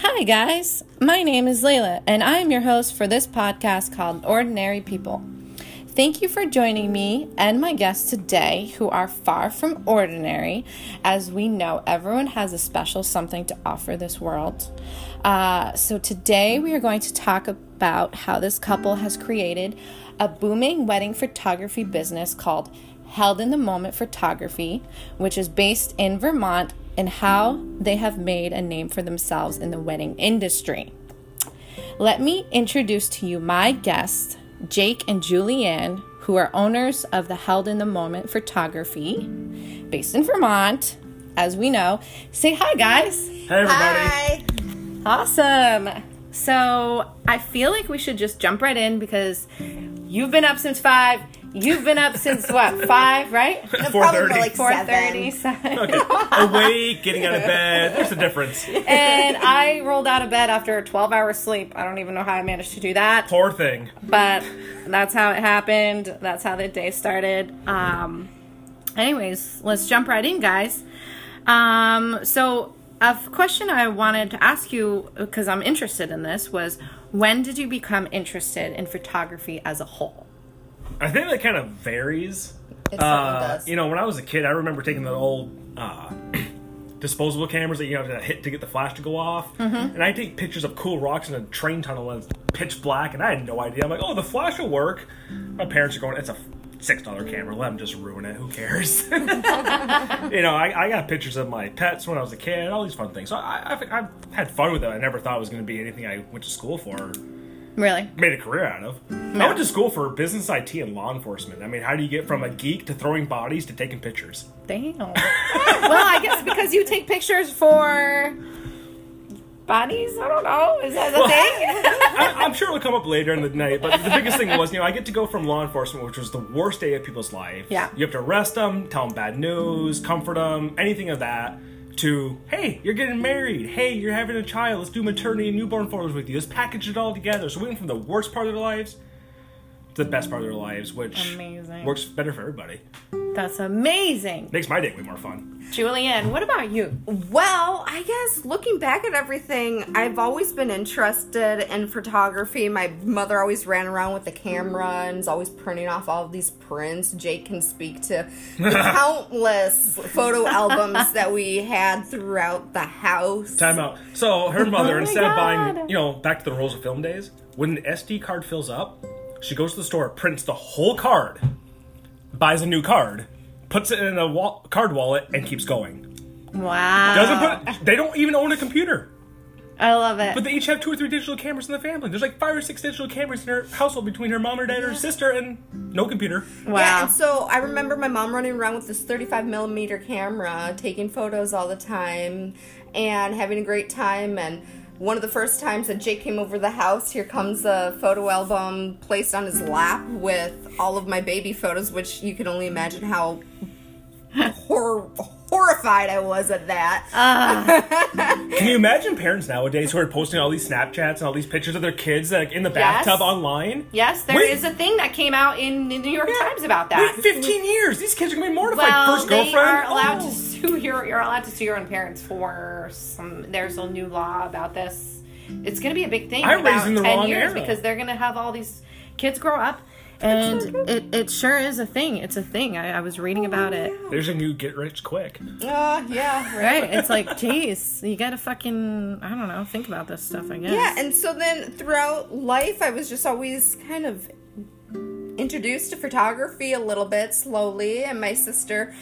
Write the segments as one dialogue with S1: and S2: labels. S1: Hi, guys. My name is Layla, and I am your host for this podcast called Ordinary People. Thank you for joining me and my guests today, who are far from ordinary. As we know, everyone has a special something to offer this world. Uh, so, today we are going to talk about how this couple has created a booming wedding photography business called Held in the Moment Photography, which is based in Vermont, and how they have made a name for themselves in the wedding industry. Let me introduce to you my guests, Jake and Julianne, who are owners of the Held in the Moment Photography based in Vermont. As we know, say hi, guys.
S2: Hey everybody.
S1: Awesome. So I feel like we should just jump right in because you've been up since five. You've been up since what, five, right?
S3: probably more
S2: 4:30.
S3: like
S1: Four
S3: seven.
S1: thirty.
S2: Awake, getting out of bed. There's a difference.
S1: and I rolled out of bed after a 12 hour sleep. I don't even know how I managed to do that,
S2: Poor thing.
S1: but that's how it happened. That's how the day started. Um, anyways, let's jump right in, guys. Um, so, a f- question I wanted to ask you because I'm interested in this was when did you become interested in photography as a whole?
S2: I think that kind of varies.
S3: It certainly
S2: Uh,
S3: does.
S2: you know, when I was a kid, I remember taking the old uh, disposable cameras that you have to hit to get the flash to go off.
S3: Mm-hmm.
S2: And I take pictures of cool rocks in a train tunnel and it's pitch black, and I had no idea. I'm like, oh, the flash will work. My parents are going, it's a six dollar camera. Let them just ruin it. Who cares? you know, I, I got pictures of my pets when I was a kid. All these fun things. So I, I, think I've had fun with it. I never thought it was going to be anything I went to school for. or
S1: Really?
S2: made a career out of. I went to school for business IT and law enforcement. I mean, how do you get from a geek to throwing bodies to taking pictures?
S1: Damn. well, I guess because you take pictures for bodies? I don't know. Is that the thing?
S2: I, I'm sure it'll come up later in the night, but the biggest thing was, you know, I get to go from law enforcement, which was the worst day of people's life.
S1: Yeah.
S2: You have to arrest them, tell them bad news, comfort them, anything of that. To hey, you're getting married. Hey, you're having a child. Let's do maternity and newborn photos with you. Let's package it all together. So we went from the worst part of their lives to the best part of their lives, which
S1: Amazing.
S2: works better for everybody.
S1: That's amazing.
S2: Makes my day way more fun.
S1: Julianne, what about you?
S3: Well, I guess looking back at everything, I've always been interested in photography. My mother always ran around with the camera and is always printing off all of these prints. Jake can speak to the countless photo albums that we had throughout the house.
S2: Time out. So her
S1: Oh
S2: mother,
S1: my
S2: instead
S1: God.
S2: of buying, you know, back to the rolls of film days, when an SD card fills up, she goes to the store, prints the whole card, buys a new card, puts it in a wall- card wallet, and keeps going.
S1: Wow.
S2: Doesn't put. They don't even own a computer,
S1: I love it.
S2: but they each have two or three digital cameras in the family. There's like five or six digital cameras in her household between her mom, her dad, her sister, and no computer.
S1: wow.
S3: Yeah, and so I remember my mom running around with this 35 millimeter camera, taking photos all the time, and having a great time. And one of the first times that Jake came over the house, here comes a photo album placed on his lap with all of my baby photos, which you can only imagine how hor- horrified I was at that.
S2: Can you imagine parents nowadays who are posting all these Snapchats and all these pictures of their kids like in the bathtub online?
S1: yes, there is
S2: Wait.
S1: a thing that came out in the New York Times about that.
S2: Wait 15 years. These kids are gonna be mortified.
S1: well,
S2: First
S1: they
S2: girlfriend.
S1: are allowed
S2: Oh.
S1: to sue your. You're allowed to sue your own parents for some. There's a new law about this. It's going to be a big thing.
S2: I
S1: in about
S2: raised in the
S1: 10
S2: wrong
S1: years
S2: era.
S1: because they're going to have all these kids grow up, and it, it sure is a thing. It's a thing. I, I was reading about it.
S2: There's a new get rich quick.
S3: Uh, yeah, right.
S1: Right? It's like, geez, you got to fucking. I don't know. Think about this stuff. I guess.
S3: Yeah, and so then throughout life, I was just always kind of introduced to photography a little bit slowly. And my sister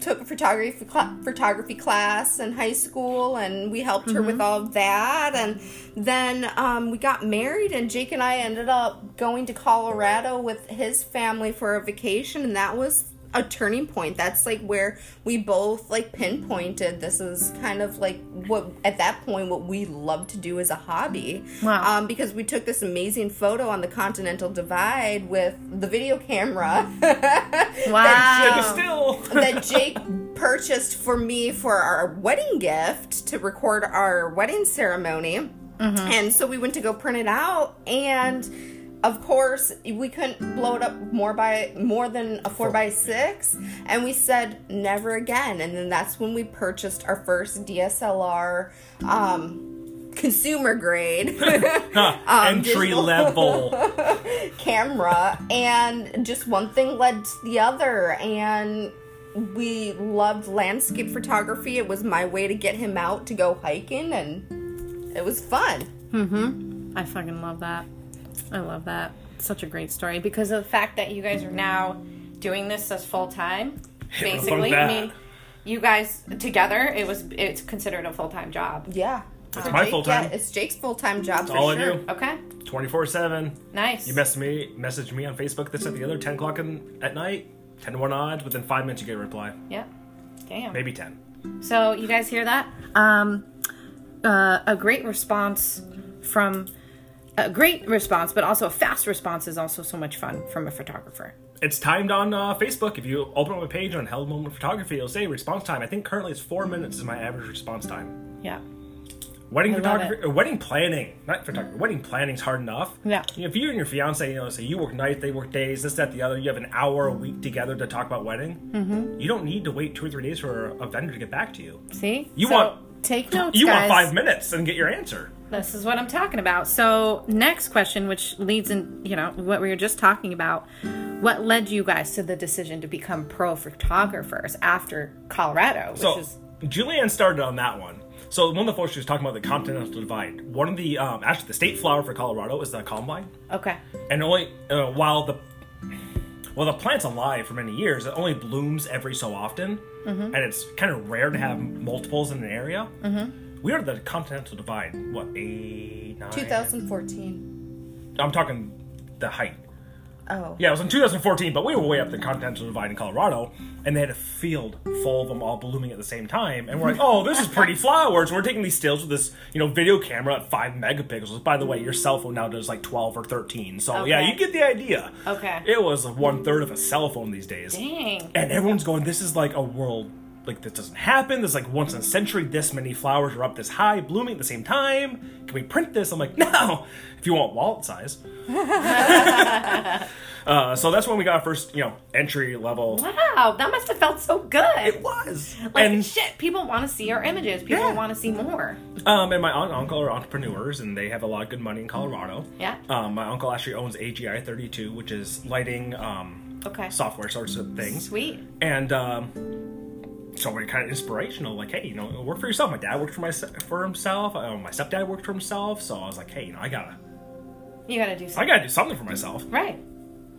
S3: took a photography cla photography class in high school, and we helped her with all of that. And then um, we got married, and Jake and I ended up going to Colorado with his family for a vacation, and that was a turning point that's like where we both like pinpointed this is kind of like what at that point what we love to do as a hobby
S1: Wow.
S3: um, because we took this amazing photo on the continental divide with the video camera
S1: Wow.
S2: Um, Still.
S3: that jake purchased for me for our wedding gift to record our wedding ceremony and so we went to go print it out and of course we couldn't blow it up more by more than a four by six and we said never again and then that's when we purchased our first dslr um consumer grade
S2: Entry
S3: digital.
S2: level.
S3: camera and just one thing led to the other and we loved landscape photography it was my way to get him out to go hiking and it was fun
S1: I fucking love that. I love that. Such a great story because of the fact that you guys are now doing this as full time.
S2: we're gonna
S1: Basically, I
S2: fuck
S1: mean, you guys together, it was it's considered a full time job.
S3: yeah
S2: That's
S3: For
S2: my
S3: Jake,
S2: full-time.
S3: yeah, it's jake's full-time job for
S2: all I
S3: sure
S2: do.
S1: Okay,
S2: 24 7.
S1: nice.
S2: You message me, message me on Facebook this at the other, 10 o'clock in, at night, 10 to 1 odds. Within five minutes, you get a reply.
S1: Yep. Damn.
S2: Maybe 10.
S1: So you guys hear that? Um, uh, a great response from a great response, but also a fast response is also so much fun from a photographer.
S2: It's timed on uh, Facebook. If you open up a page on Held Moment Photography, it'll say response time. I think currently it's four minutes is my average response time.
S1: Yeah.
S2: Wedding
S1: I love
S2: photography, or wedding planning, not photography. Wedding planning's hard enough.
S1: Yeah.
S2: If you and your fiance, you know, say you work nights, they work days, this, that, the other. You have an hour a week together to talk about wedding. Mm-hmm. You don't need to wait two or three days for a vendor to get back to you.
S1: See?
S2: You
S1: So,
S2: want-
S1: take notes,
S2: You
S1: guys.
S2: want five minutes and get your answer.
S1: This is what I'm talking about. So, next question, which leads in, you know, what we were just talking about. What led you guys to the decision to become pro photographers after Colorado? Which
S2: So
S1: is,
S2: Julianne started on that one. So one of the folks she was talking about the continental divide. One of the um, actually the state flower for Colorado is the columbine,
S1: okay.
S2: and only uh, while the well the plant's alive for many years, it only blooms every so often, and it's kind of rare to have multiples in an area. Mm-hmm. We are the continental divide. What eight nine?
S3: 2014
S2: I'm talking the height.
S3: oh
S2: Yeah, it was in 2014, but we were way up the continental divide in Colorado, and they had a field full of them all blooming at the same time. And we're like, oh, this is pretty flowers. We're taking these stills with this, you know, video camera at five megapixels. By the way, your cell phone now does like 12 or 13, so yeah,
S1: Okay.
S2: you get the idea.
S1: Okay.
S2: It was one third of a cell phone these days,
S1: Dang.
S2: and everyone's going, this is like a world. Like this doesn't happen. There's like once in a century, this many flowers are up this high, blooming at the same time. Can we print this? I'm like, no. If you want wallet size, uh, so that's when we got our first, you know, entry level.
S1: Wow, that must have felt so good.
S2: It was.
S1: Like
S2: and
S1: shit, people want to see our images. People
S2: Yeah.
S1: want to see more.
S2: um, and my aunt and uncle are entrepreneurs, and they have a lot of good money in Colorado.
S1: Yeah.
S2: Um, my uncle actually owns AGI 32, which is lighting, um,
S1: Okay.
S2: software sorts of things.
S1: Sweet.
S2: And um, so we're kind of inspirational. Like, hey, you know, work for yourself. My dad worked for my for himself. Uh, my stepdad worked for himself. So I was like, hey, you know, I gotta,
S1: You gotta do
S2: I
S1: something.
S2: gotta do something for myself.
S1: Right.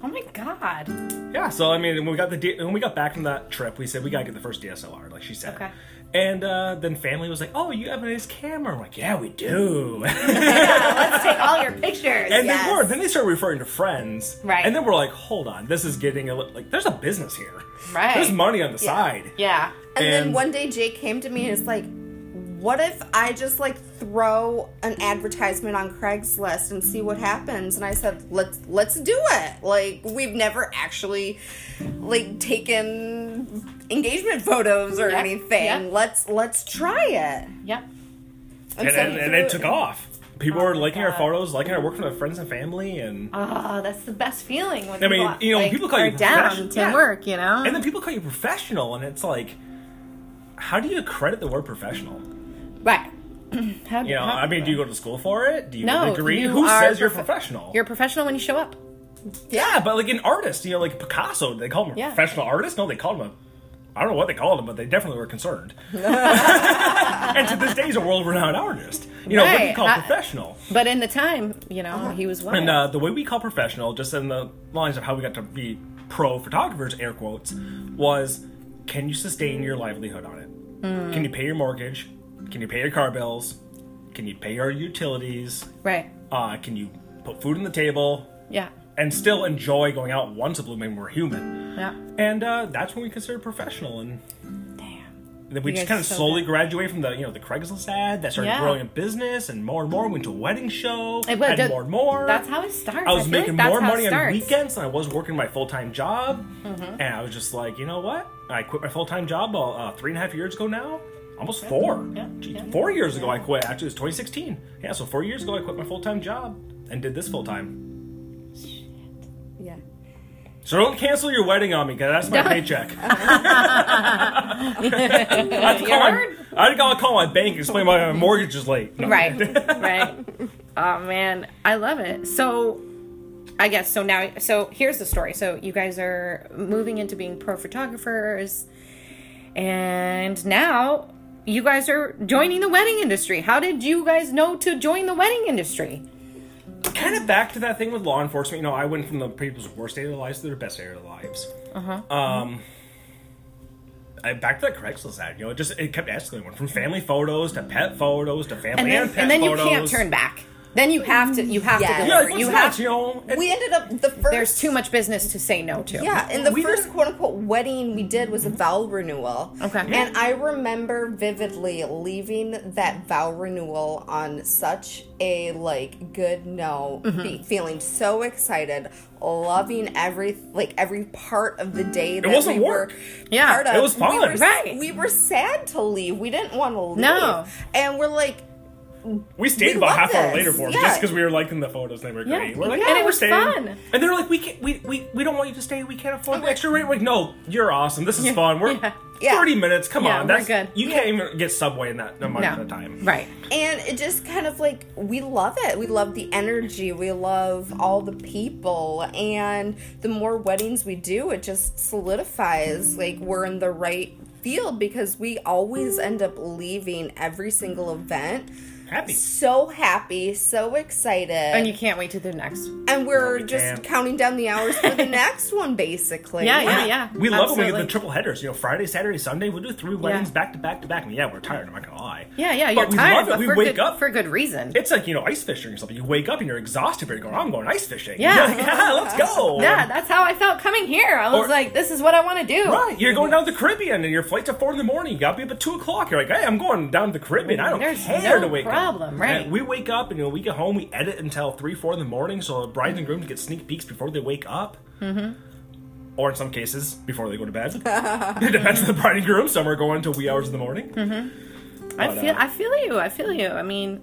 S1: Oh my god.
S2: Yeah, so I mean, when we got the D- when we got back from that trip, we said we gotta get the first DSLR, like she said.
S1: Okay.
S2: And uh, then family was like, "Oh, you have a nice camera." I'm like, "Yeah, we do." and
S1: Let's take all your pictures.
S2: they
S3: Yes.
S2: were. Then they started referring to friends.
S1: Right.
S2: And then we're like, "Hold on, this is getting a li- like. There's a business here.
S1: Right.
S2: There's money on the
S3: Yeah.
S2: side."
S1: yeah.
S3: And,
S2: And-
S3: then one day Jake came to me and is like, what if I just like throw an advertisement on Craigslist and see what happens? And I said, let's let's do it. Like we've never actually like taken engagement photos or
S1: Yeah,
S3: anything.
S1: yeah.
S3: Let's let's try it.
S1: Yep.
S2: And,
S3: so
S2: and,
S3: we
S2: and
S3: threw
S2: it took off. People
S1: Oh
S2: were
S1: my
S2: liking our
S1: God.
S2: photos, liking our work from our friends and family, and
S1: Oh, that's the best feeling. When
S2: I mean,
S1: people,
S2: you know,
S1: like,
S2: people call
S1: are
S2: you
S1: down
S2: professional-
S1: to
S2: yeah.
S1: work. You know.
S2: and then people call you professional, and it's like, how do you credit the word professional?
S1: right. How,
S2: You know,
S1: how-
S2: I mean, do you go to school for it? Do you
S1: No,
S2: have a degree?
S1: you
S2: Who
S1: are
S2: says you're
S1: prof-
S2: professional?
S1: you're a professional when you show up.
S2: yeah, but like an artist, you know, like Picasso, they call him a
S1: Yeah.
S2: professional artist. No, they called him a. I don't know what they called him, but they definitely were concerned. and to this day, he's a world-renowned artist. You know, what do you
S1: Right.
S2: call
S1: I-
S2: professional?
S1: But in the time, you know, he was wild.
S2: And uh, the way we call professional, just in the lines of how we got to be pro photographers, air quotes, was can you sustain your livelihood on it?
S1: Hmm.
S2: Can you pay your mortgage? Can you pay your car bills? Can you pay your utilities?
S1: right.
S2: Uh, can you put food on the table
S1: Yeah.
S2: and still enjoy going out once a blue moon? We're human.
S1: Yeah.
S2: And uh, that's when we consider professional. And
S1: Damn.
S2: then we
S1: You guys
S2: just kind of
S1: so
S2: slowly
S1: good.
S2: graduate from the you know the Craigslist ad that started
S1: Yeah.
S2: growing a business and more and more. Went to a wedding show
S1: It was-
S2: and
S1: that-
S2: more and more.
S1: That's how it starts.
S2: I was
S1: feel
S2: making
S1: like that's
S2: more
S1: how it
S2: money on
S1: starts. Mm-hmm.
S2: weekends than I was working my full time job, and I was just like, you know what? I quit my full time job uh, uh, three and a half years ago now, almost four.
S1: Yeah,
S2: Gee,
S1: yeah.
S2: Four years ago I quit. Actually, it was 2016. Yeah, so four years ago I quit my full time job and did this full time.
S3: Yeah.
S2: So don't cancel your wedding on me because that's my
S1: Don't-
S2: paycheck.
S1: You
S2: That's all I'm-
S1: heard?
S2: I gotta call my bank and explain why my mortgage is late. No.
S1: Right. Right. oh man, I love it. So I guess so now so here's the story. So you guys are moving into being pro photographers and now you guys are joining the wedding industry. How did you guys know to join the wedding industry?
S2: kind of back to that thing with law enforcement. You know, I went from the people's worst day of their lives to their best day of their lives. Uh-huh. Um, I back to that Craigslist ad. You know, it just it kept escalating from family photos to pet photos to family
S1: And then
S2: and, pet
S1: and then you
S2: photos.
S1: can't turn back. Then you have to you have
S3: Yeah.
S1: to
S2: Yeah,
S1: deliver.
S2: like,
S1: you
S2: you
S1: have
S2: you know. it-
S3: we ended up the first.
S1: there's too much business to say no to.
S3: Yeah, and the
S2: We
S3: first
S2: didn't-
S3: quote unquote wedding we did was a vow renewal.
S1: Okay.
S3: And I remember vividly leaving that vow renewal on such a like good no, be- feeling so excited, loving every like every part of the day that
S2: wasn't
S3: we
S2: work.
S3: were
S1: Yeah,
S3: part of.
S2: it was
S3: We
S2: fun.
S3: were,
S1: Right.
S3: We were sad to leave. We didn't want to leave.
S1: No.
S3: And we're like
S2: We
S3: we
S2: stayed about
S3: love
S2: half hour
S3: this.
S2: later for them
S3: Yeah.
S2: just because we were liking the photos and they were
S1: Yeah.
S2: great. We're like,
S1: And
S2: yeah,
S1: it
S2: we're
S1: was
S2: staying.
S1: fun.
S2: And they're like, we can't, we, we, we don't want you to stay. We can't afford the extra rate. We're like, no, you're awesome. This is fun. We're
S1: Yeah.
S3: Yeah.
S2: thirty minutes. Come
S1: Yeah,
S2: on,
S1: we're
S2: that's
S1: good.
S2: You can't even get subway in that amount
S1: No.
S2: of time.
S1: Right.
S3: and it just kind of like we love it we love the energy we love all the people and the more weddings we do it just solidifies like we're in the right field because we always end up leaving every single event
S2: Happy.
S3: so happy so excited
S1: And you can't wait to the next.
S3: and we're
S2: No, we
S3: just
S2: can't.
S3: counting down the hours for the next one basically
S1: Yeah, yeah, yeah.
S2: We love when we get
S1: Absolutely.
S2: the triple headers. You know, Friday, Saturday, Sunday. We'll do three weddings back to back to back. And yeah, we're tired. I'm not gonna lie.
S1: Yeah, yeah,
S2: But
S1: you're
S2: we
S1: tired,
S2: love it.
S1: but
S2: we
S1: for
S2: wake
S1: good,
S2: up.
S1: for good reason.
S2: it's like you know ice fishing or something. You wake up and you're exhausted, but you're going, "I'm going ice fishing."
S1: Yeah.
S2: You're like, yeah let's go.
S1: yeah, that's how I felt coming here. I was
S2: Or-
S1: like, this is what I want to do.
S2: Right, you're going down to the Caribbean, and your flight's at four in the morning. You gotta be up at two o'clock. You're like, hey, I'm going down to the Caribbean. I don't
S1: There's
S2: care
S1: no
S2: to wake
S1: problem,
S2: up.
S1: right.
S2: And we wake up, and you know, we get home. We edit until three, four in the morning, so the brides and grooms get sneak peeks before they wake up. Mm-hmm. Or in some cases, before they go to bed. it depends on the bride and groom. Some are going till wee hours in the morning.
S1: I
S2: But,
S1: feel,
S2: uh,
S1: Mm-hmm. I feel you. I feel you. I mean,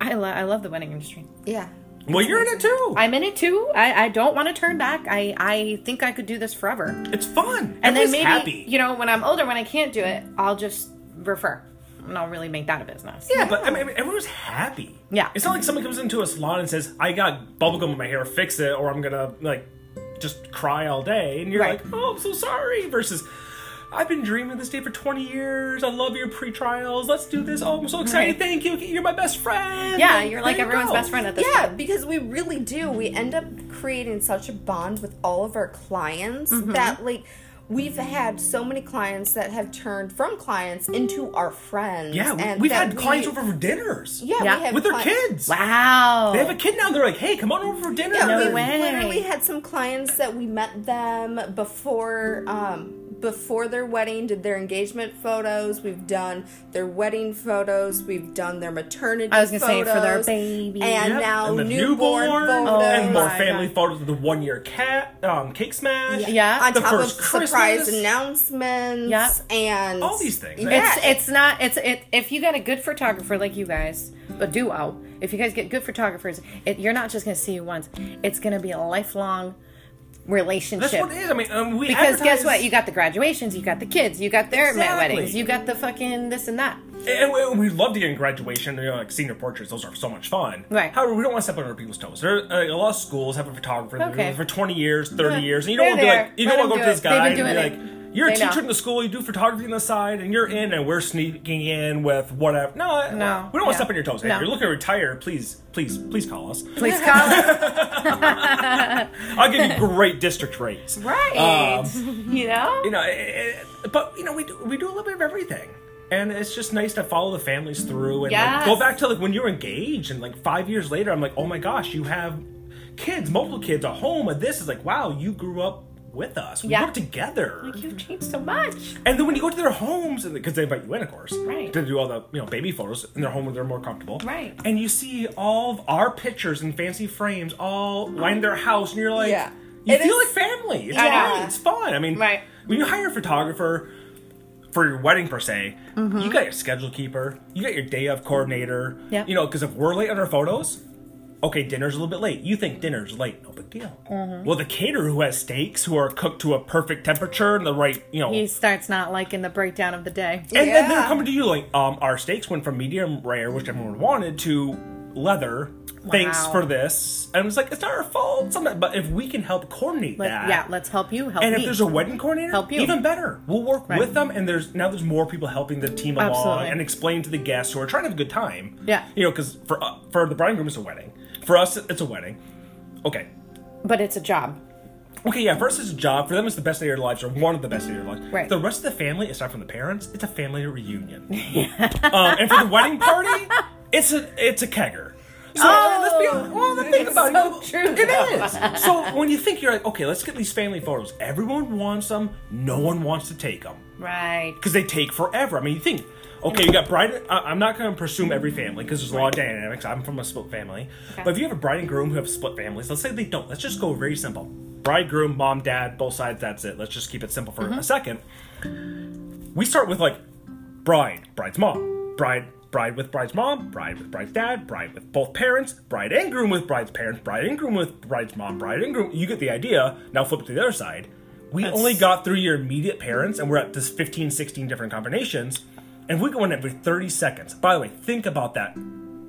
S1: I, lo- I love the wedding industry.
S3: yeah
S2: Well, you're in it too.
S1: I'm in it too. I, I don't want to turn back. I, I think I could do this forever.
S2: it's fun.
S1: And
S2: Everybody's
S1: then maybe,
S2: happy.
S1: you know, when I'm older, when I can't do it, I'll just refer. And I'll really make that a business.
S2: Yeah, but I mean, everyone's happy.
S1: Yeah.
S2: It's not like someone comes into a salon and says, I got bubblegum in my hair, fix it, or I'm gonna, like, just cry all day. And you're
S1: Right.
S2: like, oh, I'm so sorry. Versus, I've been dreaming of this day for 20 years. I love your pre trials. Let's do this. Oh, I'm so excited.
S1: Right.
S2: Thank you. You're my best friend.
S1: Yeah,
S2: And
S1: you're like
S2: there you
S1: everyone's
S2: go.
S1: best friend at this
S3: yeah because we really do we end up creating such a bond with all of our clients
S2: Mm-hmm.
S3: that like we've had so many clients that have turned from clients into our friends
S2: Yeah, we,
S3: and
S2: we've
S3: that
S2: had
S3: we-
S2: clients over for dinners.
S3: yeah,
S1: Yeah.
S3: We have
S2: With their
S3: cli-
S2: kids.
S1: Wow.
S2: They have a kid now. They're like, hey, come on over for dinner.
S3: yeah, we
S1: No way.
S3: literally had some clients that we met them before um, before their wedding, did their engagement photos. We've done their wedding photos. We've done their maternity.
S1: I was gonna say,
S3: photos,
S1: for their baby. Oh
S3: and
S2: Yep,
S3: now
S2: and the
S3: newborn, photos
S2: and more
S1: my
S2: family
S1: God.
S2: photos of the one year cat um, cake smash.
S1: Yeah.
S3: on
S2: the
S3: top
S2: first
S3: of surprise
S2: Christmas.
S3: announcements
S1: Yeah.
S3: and
S2: All these things.
S3: Yeah.
S1: It's it's not it's it if you got a good photographer like you guys a duo if you guys get good photographers it, you're not just gonna see you once it's gonna be a lifelong relationship
S2: That's what it is. I mean, um, we
S1: because guess
S2: advertise-
S1: what you got the graduations you got the kids you got their ma-
S2: Exactly.
S1: weddings you got the fucking this and that
S2: and we, we love to get in graduation, you know, like senior portraits. Those are so much fun.
S1: Right.
S2: However, we don't want to step on other people's toes. There, uh, a lot of schools have a photographer that
S1: Okay.
S2: does it for twenty years, thirty
S1: Yeah.
S2: years, and you don't want to be
S1: They're
S2: like, you
S1: there.
S2: don't
S1: Let them do
S2: want to go up to this
S1: it. They've
S2: guy
S1: been
S2: and be
S1: doing
S2: like, you're a
S1: They know.
S2: teacher in the school, you do photography on the side, and you're in, and we're sneaking in with whatever.
S1: No.
S2: No, we don't want
S1: Yeah.
S2: to step on your toes. Hey,
S1: No.
S2: If you're looking to retire, please, please, please call us.
S1: please call
S2: Um,
S1: us
S2: I'll give you great district rates.
S1: right you know
S2: you know, it, it, but you know, we do we do a little bit of everything, and it's just nice to follow the families through and
S1: Yes.
S2: like, go back to like when you were engaged, and like five years later, I'm like, oh my gosh, you have kids, multiple kids, a home, and this is like, wow, you grew up with us, we
S1: Yeah.
S2: worked together,
S1: you've changed so much
S2: and then when you go to their homes, and because they invite you in, of course,
S1: Right.
S2: to do all the you know baby photos in their home where they're more comfortable,
S1: Right.
S2: and you see all of our pictures in fancy frames all line their house, and you're like,
S3: Yeah.
S2: you
S3: It
S2: feel
S3: is-
S2: like family. It's
S1: Yeah.
S2: great. It's fun. I mean,
S1: Right.
S2: when you hire a photographer for your wedding per se, you got your schedule keeper, you got your day of coordinator.
S1: Mm-hmm. Yep.
S2: You know, because if we're late on our photos, okay, dinner's a little bit late. You think dinner's late, no big deal.
S1: Mm-hmm.
S2: Well, the caterer who has steaks who are cooked to a perfect temperature and the right, you know,
S1: He starts not liking the breakdown of the day.
S2: and then they're
S3: Yeah.
S2: coming to you like, um, our steaks went from medium rare, which everyone wanted, to leather. Thanks
S1: Mm-hmm. Wow.
S2: for this. And it's like, it's not our fault. Something, but if we can help coordinate
S1: Like,
S2: that,
S1: yeah, let's help you help
S2: and
S1: me.
S2: if there's a wedding coordinator,
S1: Help you.
S2: even better. We'll work
S1: Right.
S2: with them, and there's now there's more people helping the team along
S1: Absolutely.
S2: and explain to the guests who are trying to have a good time.
S1: Yeah.
S2: you know, because for uh, for the bride and groom it's a wedding. For us, it's a wedding. Okay,
S1: but it's a job.
S2: okay, yeah. For us, it's a job. For them, it's the best day of their lives, or one of the best days of their lives.
S1: Right.
S2: The rest of the family, aside from the parents, it's a family reunion. um, and for the wedding party, it's a it's a kegger. So
S1: Oh,
S2: let's be honest. Well, the thing
S1: it's
S2: about
S1: so
S2: it,
S1: true,
S2: it
S1: though.
S2: is is. So when you think you're like, okay, let's get these family photos. Everyone wants them. No one wants to take them
S1: Right.
S2: because they take forever. I mean, you think, okay, you got bride. I- I'm not going to presume every family because there's a lot of dynamics. I'm from a split family,
S1: Okay.
S2: but if you have a bride and groom who have split families, let's say they don't. Let's just go very simple. Bride, groom, mom, dad, both sides. That's it. Let's just keep it simple for a second. We start with like bride, bride's mom, bride, bride with bride's mom, bride with bride's dad, bride with both parents, bride and groom with bride's parents, bride and groom with bride's mom, bride and groom. You get the idea. Now flip it to the other side. We only got through your immediate parents, and we're at this 15, 16 different combinations. And we go in every 30 seconds. By the way, think about that.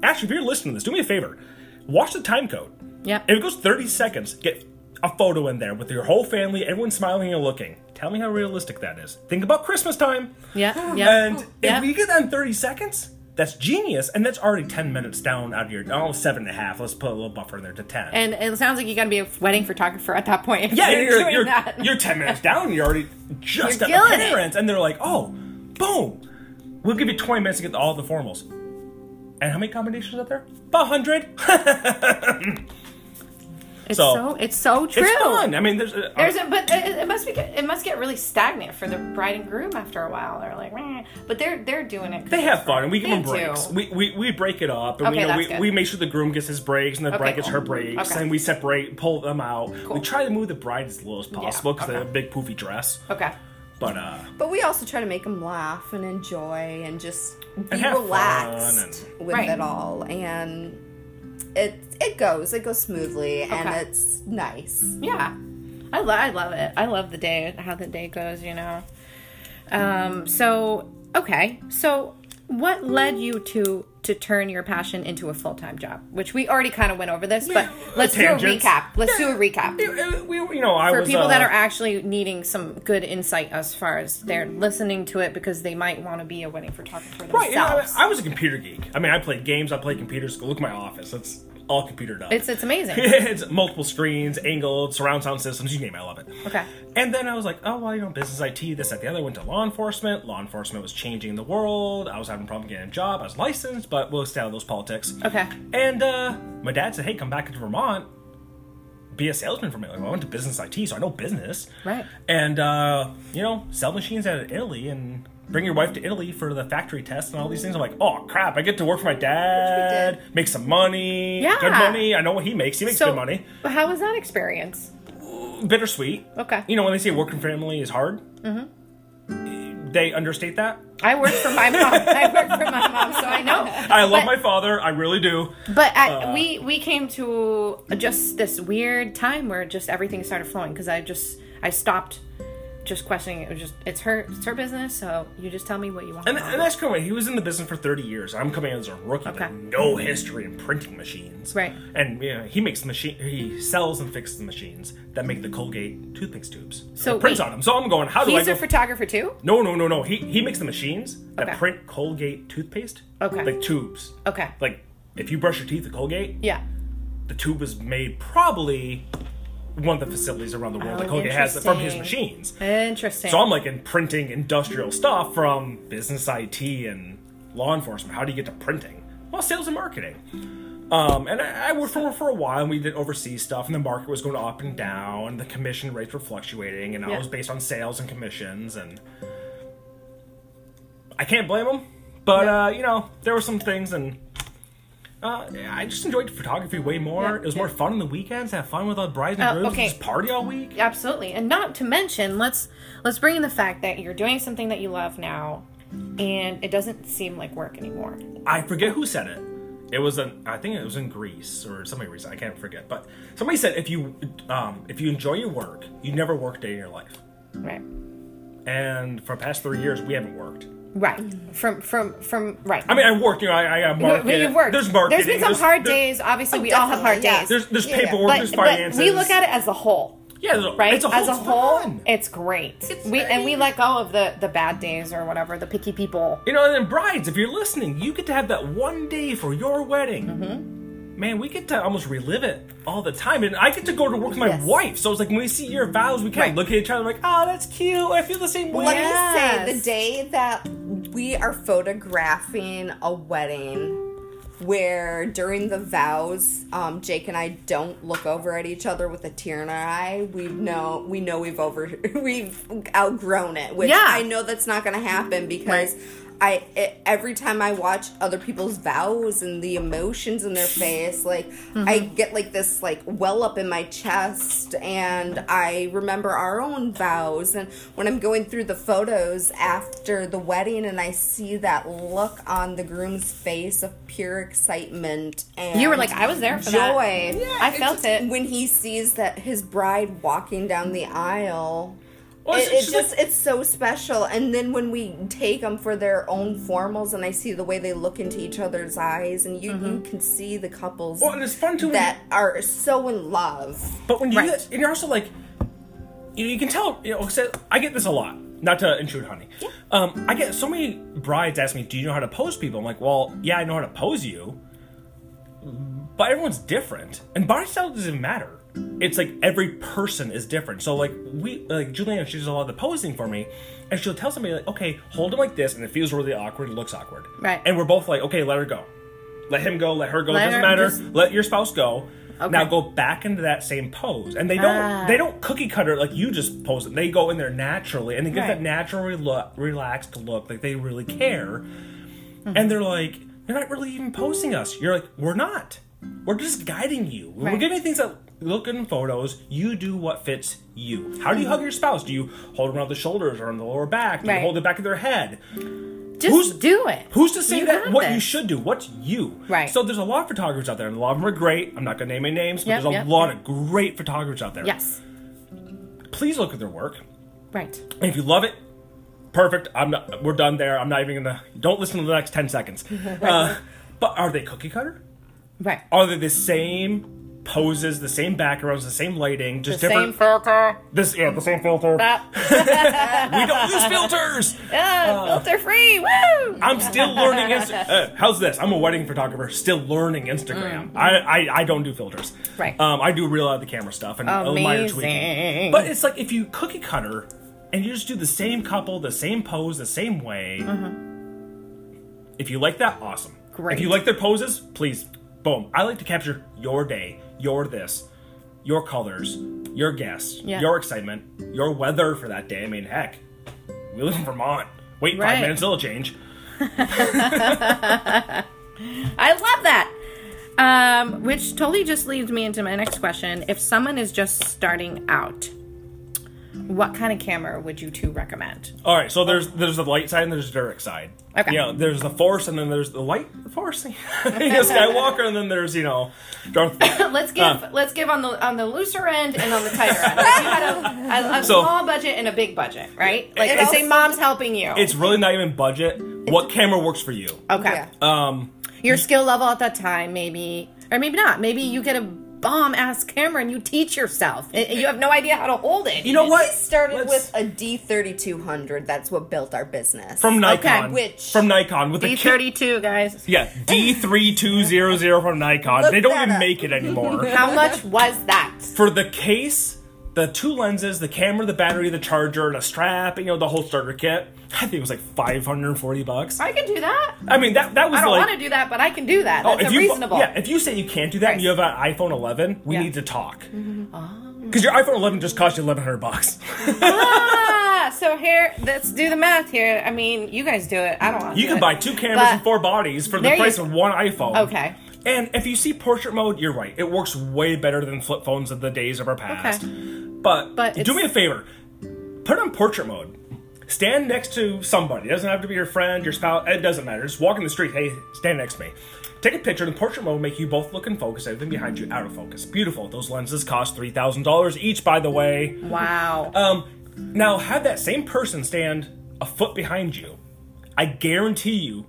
S2: Actually, if you're listening to this, do me a favor. Watch the time code.
S1: Yep.
S2: If it goes 30 seconds, get a photo in there with your whole family, everyone smiling and looking. Tell me how realistic that is. Think about Christmas time.
S1: Yeah. Yeah. Oh,
S2: And
S1: Yeah.
S2: if we get that in 30 seconds, that's genius. And that's already 10 minutes down out of your, oh, seven and a half. Let's put a little buffer in there to 10.
S1: And it sounds like you got to be a wedding photographer at that point. if
S2: yeah,
S1: you're,
S2: and you're,
S1: doing
S2: you're,
S1: that.
S2: you're 10 minutes down. You're already just
S1: You're
S2: at the
S1: killing it.
S2: parents. And they're like, oh, boom. We'll give you 20 minutes to get all the formals. And how many combinations are there? About 100.
S1: it's so,
S2: so-
S1: it's so true.
S2: It's fun. I mean, there's, uh, a,
S1: There's a, but it, it must be it must get really stagnant for the bride and groom after a while. They're like, "Meh." but they're they're doing it. 'cause
S2: They have
S1: it's
S2: fun, and we give
S1: They
S2: them breaks.
S1: do.
S2: We, we we break it up, and
S1: Okay,
S2: we, you know,
S1: that's
S2: we,
S1: good.
S2: we make sure the groom gets his breaks, and the bride gets
S1: cool.
S2: her breaks,
S1: Okay.
S2: and we separate, pull them out.
S1: Cool.
S2: We try to move the bride as little as possible because they
S1: okay.
S2: have a big poofy dress.
S1: okay.
S2: But uh,
S3: But we also try to make them laugh and enjoy and just be
S2: have fun
S3: relaxed with
S1: Right.
S3: it all. And it it goes, it goes smoothly, and
S1: Okay.
S3: it's nice.
S1: Yeah. I, lo- I love it. I love the day, how the day goes, you know. Um, so, okay. So, what led you to to turn your passion into a full-time job? Which we already kind of went over this, but
S2: Yeah,
S1: let's do a
S2: tangents.
S1: recap. Let's do a
S2: it-
S1: recap.
S2: it- we you know I
S1: For
S2: was
S1: people
S2: uh,
S1: that are actually needing some good insight as far as they're listening to it because they might want to be a wedding photographer
S2: right, you know,
S1: themselves.
S2: I, I was a computer geek. I mean, I played games, I played computer school. Look at my office; it's all computered up.
S1: it's it's amazing.
S2: it's multiple screens, angled, surround sound systems, you name it, I love it.
S1: Okay.
S2: And then I was like, oh, well, you know, business IT, this, that, the other. Went to law enforcement. Law enforcement was changing the world. I was having a problem getting a job. I was licensed, but we'll stay out of those politics.
S1: Okay.
S2: And uh, my dad said, hey, come back to Vermont, be a salesman for me. Like, well, I went to business IT, so I know business.
S1: Right.
S2: And, uh, you know, sell machines out of Italy and bring your wife to Italy for the factory test and all these things. I'm like, oh, crap, I get to work for my dad, make some money.
S1: Yeah.
S2: Good money. I know what he makes. He makes
S1: So,
S2: good money.
S1: how was that experience?
S2: Bittersweet.
S1: Okay.
S2: You know, when they say working family is hard,
S1: Mm-hmm.
S2: they understate that.
S1: I work for my mom. I work for my mom, so I know.
S2: I love
S1: But-
S2: my Uh. father. I really do.
S1: But at, we we came to just this weird time where just everything started flowing because I just I stopped just questioning. It was just it's her it's her business, so you just tell me what you want.
S2: And, and that's kind of He was in the business for 30 years. I'm coming in as a rookie
S1: Okay.
S2: with no history in printing machines.
S1: Right.
S2: And you know, he makes machine. He sells and fixes the machines that make the Colgate toothpaste tubes.
S1: So
S2: It prints
S1: wait.
S2: on them. So I'm going. How do
S1: He's
S2: I
S1: a
S2: go?
S1: photographer too.
S2: no, no, no, no. He he makes the machines that
S1: Okay.
S2: print Colgate toothpaste.
S1: Okay.
S2: Like tubes.
S1: Okay.
S2: Like if you brush your teeth with Colgate,
S1: Yeah.
S2: the tube was made probably one of the facilities around the world
S1: Oh,
S2: that Colgate has from his
S1: interesting.
S2: machines.
S1: Interesting.
S2: So I'm like in printing industrial stuff from business IT and law enforcement. How do you get to printing? Well, sales and marketing. Um, and I, I worked for for a while, and we did overseas stuff, and the market was going up and down, and the commission rates were fluctuating, and
S1: Yeah.
S2: I was based on sales and commissions, and I can't blame them, but
S1: Yeah.
S2: uh, you know there were some things, and uh, I just enjoyed photography way more.
S1: Yeah,
S2: It was
S1: yeah.
S2: more fun on the weekends, have fun with all the brides and
S1: Uh,
S2: grooms,
S1: okay.
S2: and just party all week.
S1: absolutely and not to mention let's let's bring in the fact that you're doing something that you love now and it doesn't seem like work anymore
S2: I forget who said it. It was an I think it was in Greece or somebody Greece. I can't forget. But somebody said if you um, if you enjoy your work, you never work a day in your life.
S1: Right.
S2: And for the past three years, we haven't worked.
S1: Right. From from from right.
S2: I mean, I worked. You know, I, I got
S1: But
S2: marketed.
S1: you've worked.
S2: There's marketing.
S1: There's been some hard
S2: there- Oh,
S1: days. Obviously, we all have hard
S3: definitely, yeah.
S1: days.
S2: There's there's
S3: Yeah, yeah.
S2: paperwork.
S1: but,
S2: There's
S1: but
S2: finances.
S1: we look at it as a whole,
S2: yeah, there's a-
S1: right?
S2: It's a whole,
S1: as a
S2: it's
S1: whole,
S2: fun.
S1: it's great.
S3: It's
S1: we and we
S3: great.
S1: let go of the the bad days or whatever, the picky people.
S2: You know, and then brides, if you're listening, you get to have that one day for your wedding. Man, we get to almost relive it all the time, and I get to go to work with my
S3: Yes.
S2: wife. So it's like when we see your vows, we kind of look at each other like, "Oh, that's cute. I feel the same way."
S3: Let me say
S1: Yes.
S3: the day that we are photographing a wedding where during the vows, um, Jake and I don't look over at each other with a tear in our eye. We know we know we've over we've outgrown it, which
S1: Yeah.
S3: I know that's not going to happen because. I it, every time I watch other people's vows and the emotions in their face, like I
S1: Mm-hmm.
S3: get like this like well up in my chest, and I remember our own vows. And when I'm going through the photos after the wedding, and I see that look on the groom's face of pure excitement, and
S1: You were like, I was there for
S3: joy.
S1: that. I
S3: it's
S1: felt
S3: just
S1: it.
S3: when he sees that his bride walking down the aisle.
S2: Well,
S3: It,
S2: it's-
S3: it's
S2: she's
S3: just
S2: like-
S3: it's so special. And then when we take them for their own formals, and I see the way they look into each other's eyes, and you, you can see the couples
S2: Mm-hmm. Well, and it's fun too when-
S3: that are so in love.
S2: But when you
S1: Right.
S2: get- and you're also like, you, you can tell. You know, 'cause I get this a lot. Not to intrude, honey. Um, I get so many brides ask me, "Do you know how to pose people?" I'm like, "Well, yeah, I know how to pose you, but everyone's different, and body style doesn't matter. It's like every person is different. So like we, like Juliana, she does a lot of the posing for me, and she'll tell somebody like, "Okay, hold him like this," and it feels really awkward. It looks awkward,
S1: Right.
S2: And we're both like, "Okay, let her go." Let him go. Let her go.
S1: Let
S2: it doesn't
S1: her-
S2: matter.
S1: just-
S2: Let your spouse go.
S1: Okay.
S2: Now go back into that same pose, and they don't
S1: Ah.
S2: they don't cookie cutter like you just pose them. They go in there naturally, and they get
S1: Right. Mm-hmm.
S2: that natural, rela- relaxed look, like they really care. And they're like, you're not really even posing us. You're like, we're not. We're just guiding you. We're
S1: Right.
S2: giving you things that look good in photos. You do what fits you. How do you hug your spouse? Do you hold them around the shoulders or on the lower back? Do
S1: Mm-hmm. Right.
S2: you hold the back of their head?
S1: Just
S2: who's-
S1: do it.
S2: Who's to say
S1: You
S2: that
S1: got
S2: what you
S1: this.
S2: should do? What's you?
S1: Right.
S2: So there's a lot of photographers out there, and a lot of them are great. I'm not going to name any names, but
S1: Yep,
S2: there's a
S1: yep.
S2: lot of great photographers out there.
S1: Yes.
S2: Please look at their work,
S1: Right.
S2: and if you love it, perfect. I'm not. We're done there. I'm not even gonna. Don't listen to the next ten seconds. uh, but are they cookie cutter?
S1: Right.
S2: Are they the same poses, the same backgrounds, the same lighting, just
S1: the same
S2: different?
S1: filter.
S2: this yeah, the same filter.
S1: That
S2: we don't use filters.
S1: uh, filter free. Woo!
S2: I'm still learning. Insta- uh, how's this? I'm a wedding photographer, still learning Instagram. I, I I don't do filters.
S1: Mm. Right.
S2: Um, I do real out of the camera stuff and a minor
S1: Amazing.
S2: tweaking. But it's like if you cookie cutter and you just do the same couple, the same pose, the same way. If you like that, awesome.
S1: Mm-hmm. Great.
S2: If you like their poses, please, boom. I like to capture your day, your this, your colors, your guests,
S1: Yeah.
S2: your excitement, your weather for that day. I mean, heck, we live in Vermont. Wait
S1: Right.
S2: five minutes, it'll change.
S1: I love that. Um, which totally just leads me into my next question. If someone is just starting out, what kind of camera would you two recommend?
S2: All right, so there's there's the light side and there's the dark side.
S1: Okay.
S2: You know, there's the force and then there's the light force. you know, Skywalker and then there's you know Darth. Vader.
S1: Let's give
S2: Uh.
S1: let's give on the on the looser end and on the tighter end. If you had a, a, a
S2: So-
S1: small budget and a big budget, right? Like
S2: It
S1: I say,
S3: also-
S1: mom's helping you.
S2: It's really not even budget. What camera works for you?
S1: okay.
S3: Yeah.
S2: Um,
S1: Your skill level at that time, maybe, or maybe not. Maybe you get a bomb ass camera and you teach yourself. I- You have no idea how to hold it.
S2: you know what?
S3: We started
S2: Let's-
S3: with a D thirty two hundred. That's what built our business.
S2: from Nikon.
S3: which-
S2: from Nikon with
S1: D
S2: the kit-
S1: thirty two guys.
S2: Yeah, D three two zero zero from Nikon.
S3: Look
S2: they don't
S3: that
S2: even
S3: up.
S2: make it anymore.
S1: How much was that?
S2: for the case, the two lenses, the camera, the battery, the charger, and a strap, you know, the whole starter kit. I think it was like five hundred and forty bucks.
S1: I can do that.
S2: I mean that that was
S1: I don't
S2: like
S1: want to do that, but I can do that.
S2: Oh,
S1: That's
S2: you,
S1: reasonable.
S2: Yeah, if you say you can't do that and you have an iPhone 11, we
S1: Yeah. Mm-hmm.
S2: need to talk. Because your iPhone 11 just cost you 1,100 bucks.
S1: ah, so here, let's do the math here. I mean, you guys do it. I don't want to.
S2: You can buy two cameras and
S1: But-
S2: four bodies for the
S1: There you-
S2: price of one iPhone.
S1: Okay.
S2: And if you see portrait mode, you're right. It works way better than flip phones of the days of our past.
S1: Okay.
S2: But,
S1: But
S2: do
S1: it's-
S2: me a favor. Put on portrait mode. Stand next to somebody. It doesn't have to be your friend, your spouse. It doesn't matter. Just walk in the street. Hey, stand next to me. Take a picture, and portrait mode will make you both look in focus, everything behind you out of focus. Beautiful. Those lenses cost $3,000 each, by the way.
S1: Wow.
S2: Um, now have that same person stand a foot behind you. I guarantee you,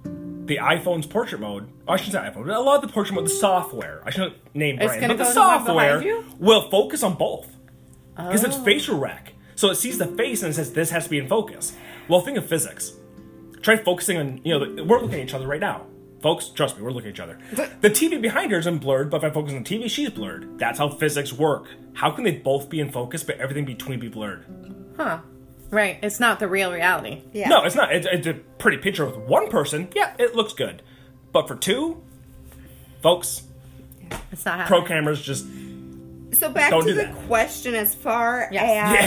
S2: the iPhone's portrait mode. oh, I shouldn't say iPhone. but A lot of the portrait mode, the software. I shouldn't name
S1: It's
S2: brand,
S1: gonna
S2: but the
S1: go to the one behind
S2: software
S1: you? Oh.
S2: will focus on both because it's facial rec. So it sees the face and it says this has to be in focus. Well, think of physics. Try focusing on you know the, we're looking at each other right now. Folks, trust me, we're looking at each other. The TV behind her is in blurred, but if I focus on the TV, she's blurred. That's how physics work. How can they both be in focus but everything between be blurred?
S1: huh. Right. It's not the real reality.
S3: Yeah.
S2: No, it's not. It's, it's a pretty picture with one person. Yeah, it looks good. But for two, folks,
S1: It's not
S2: pro
S1: happening.
S2: cameras just.
S3: So back
S2: Don't
S3: to
S2: do
S3: the
S2: that.
S3: question as far
S1: Yes.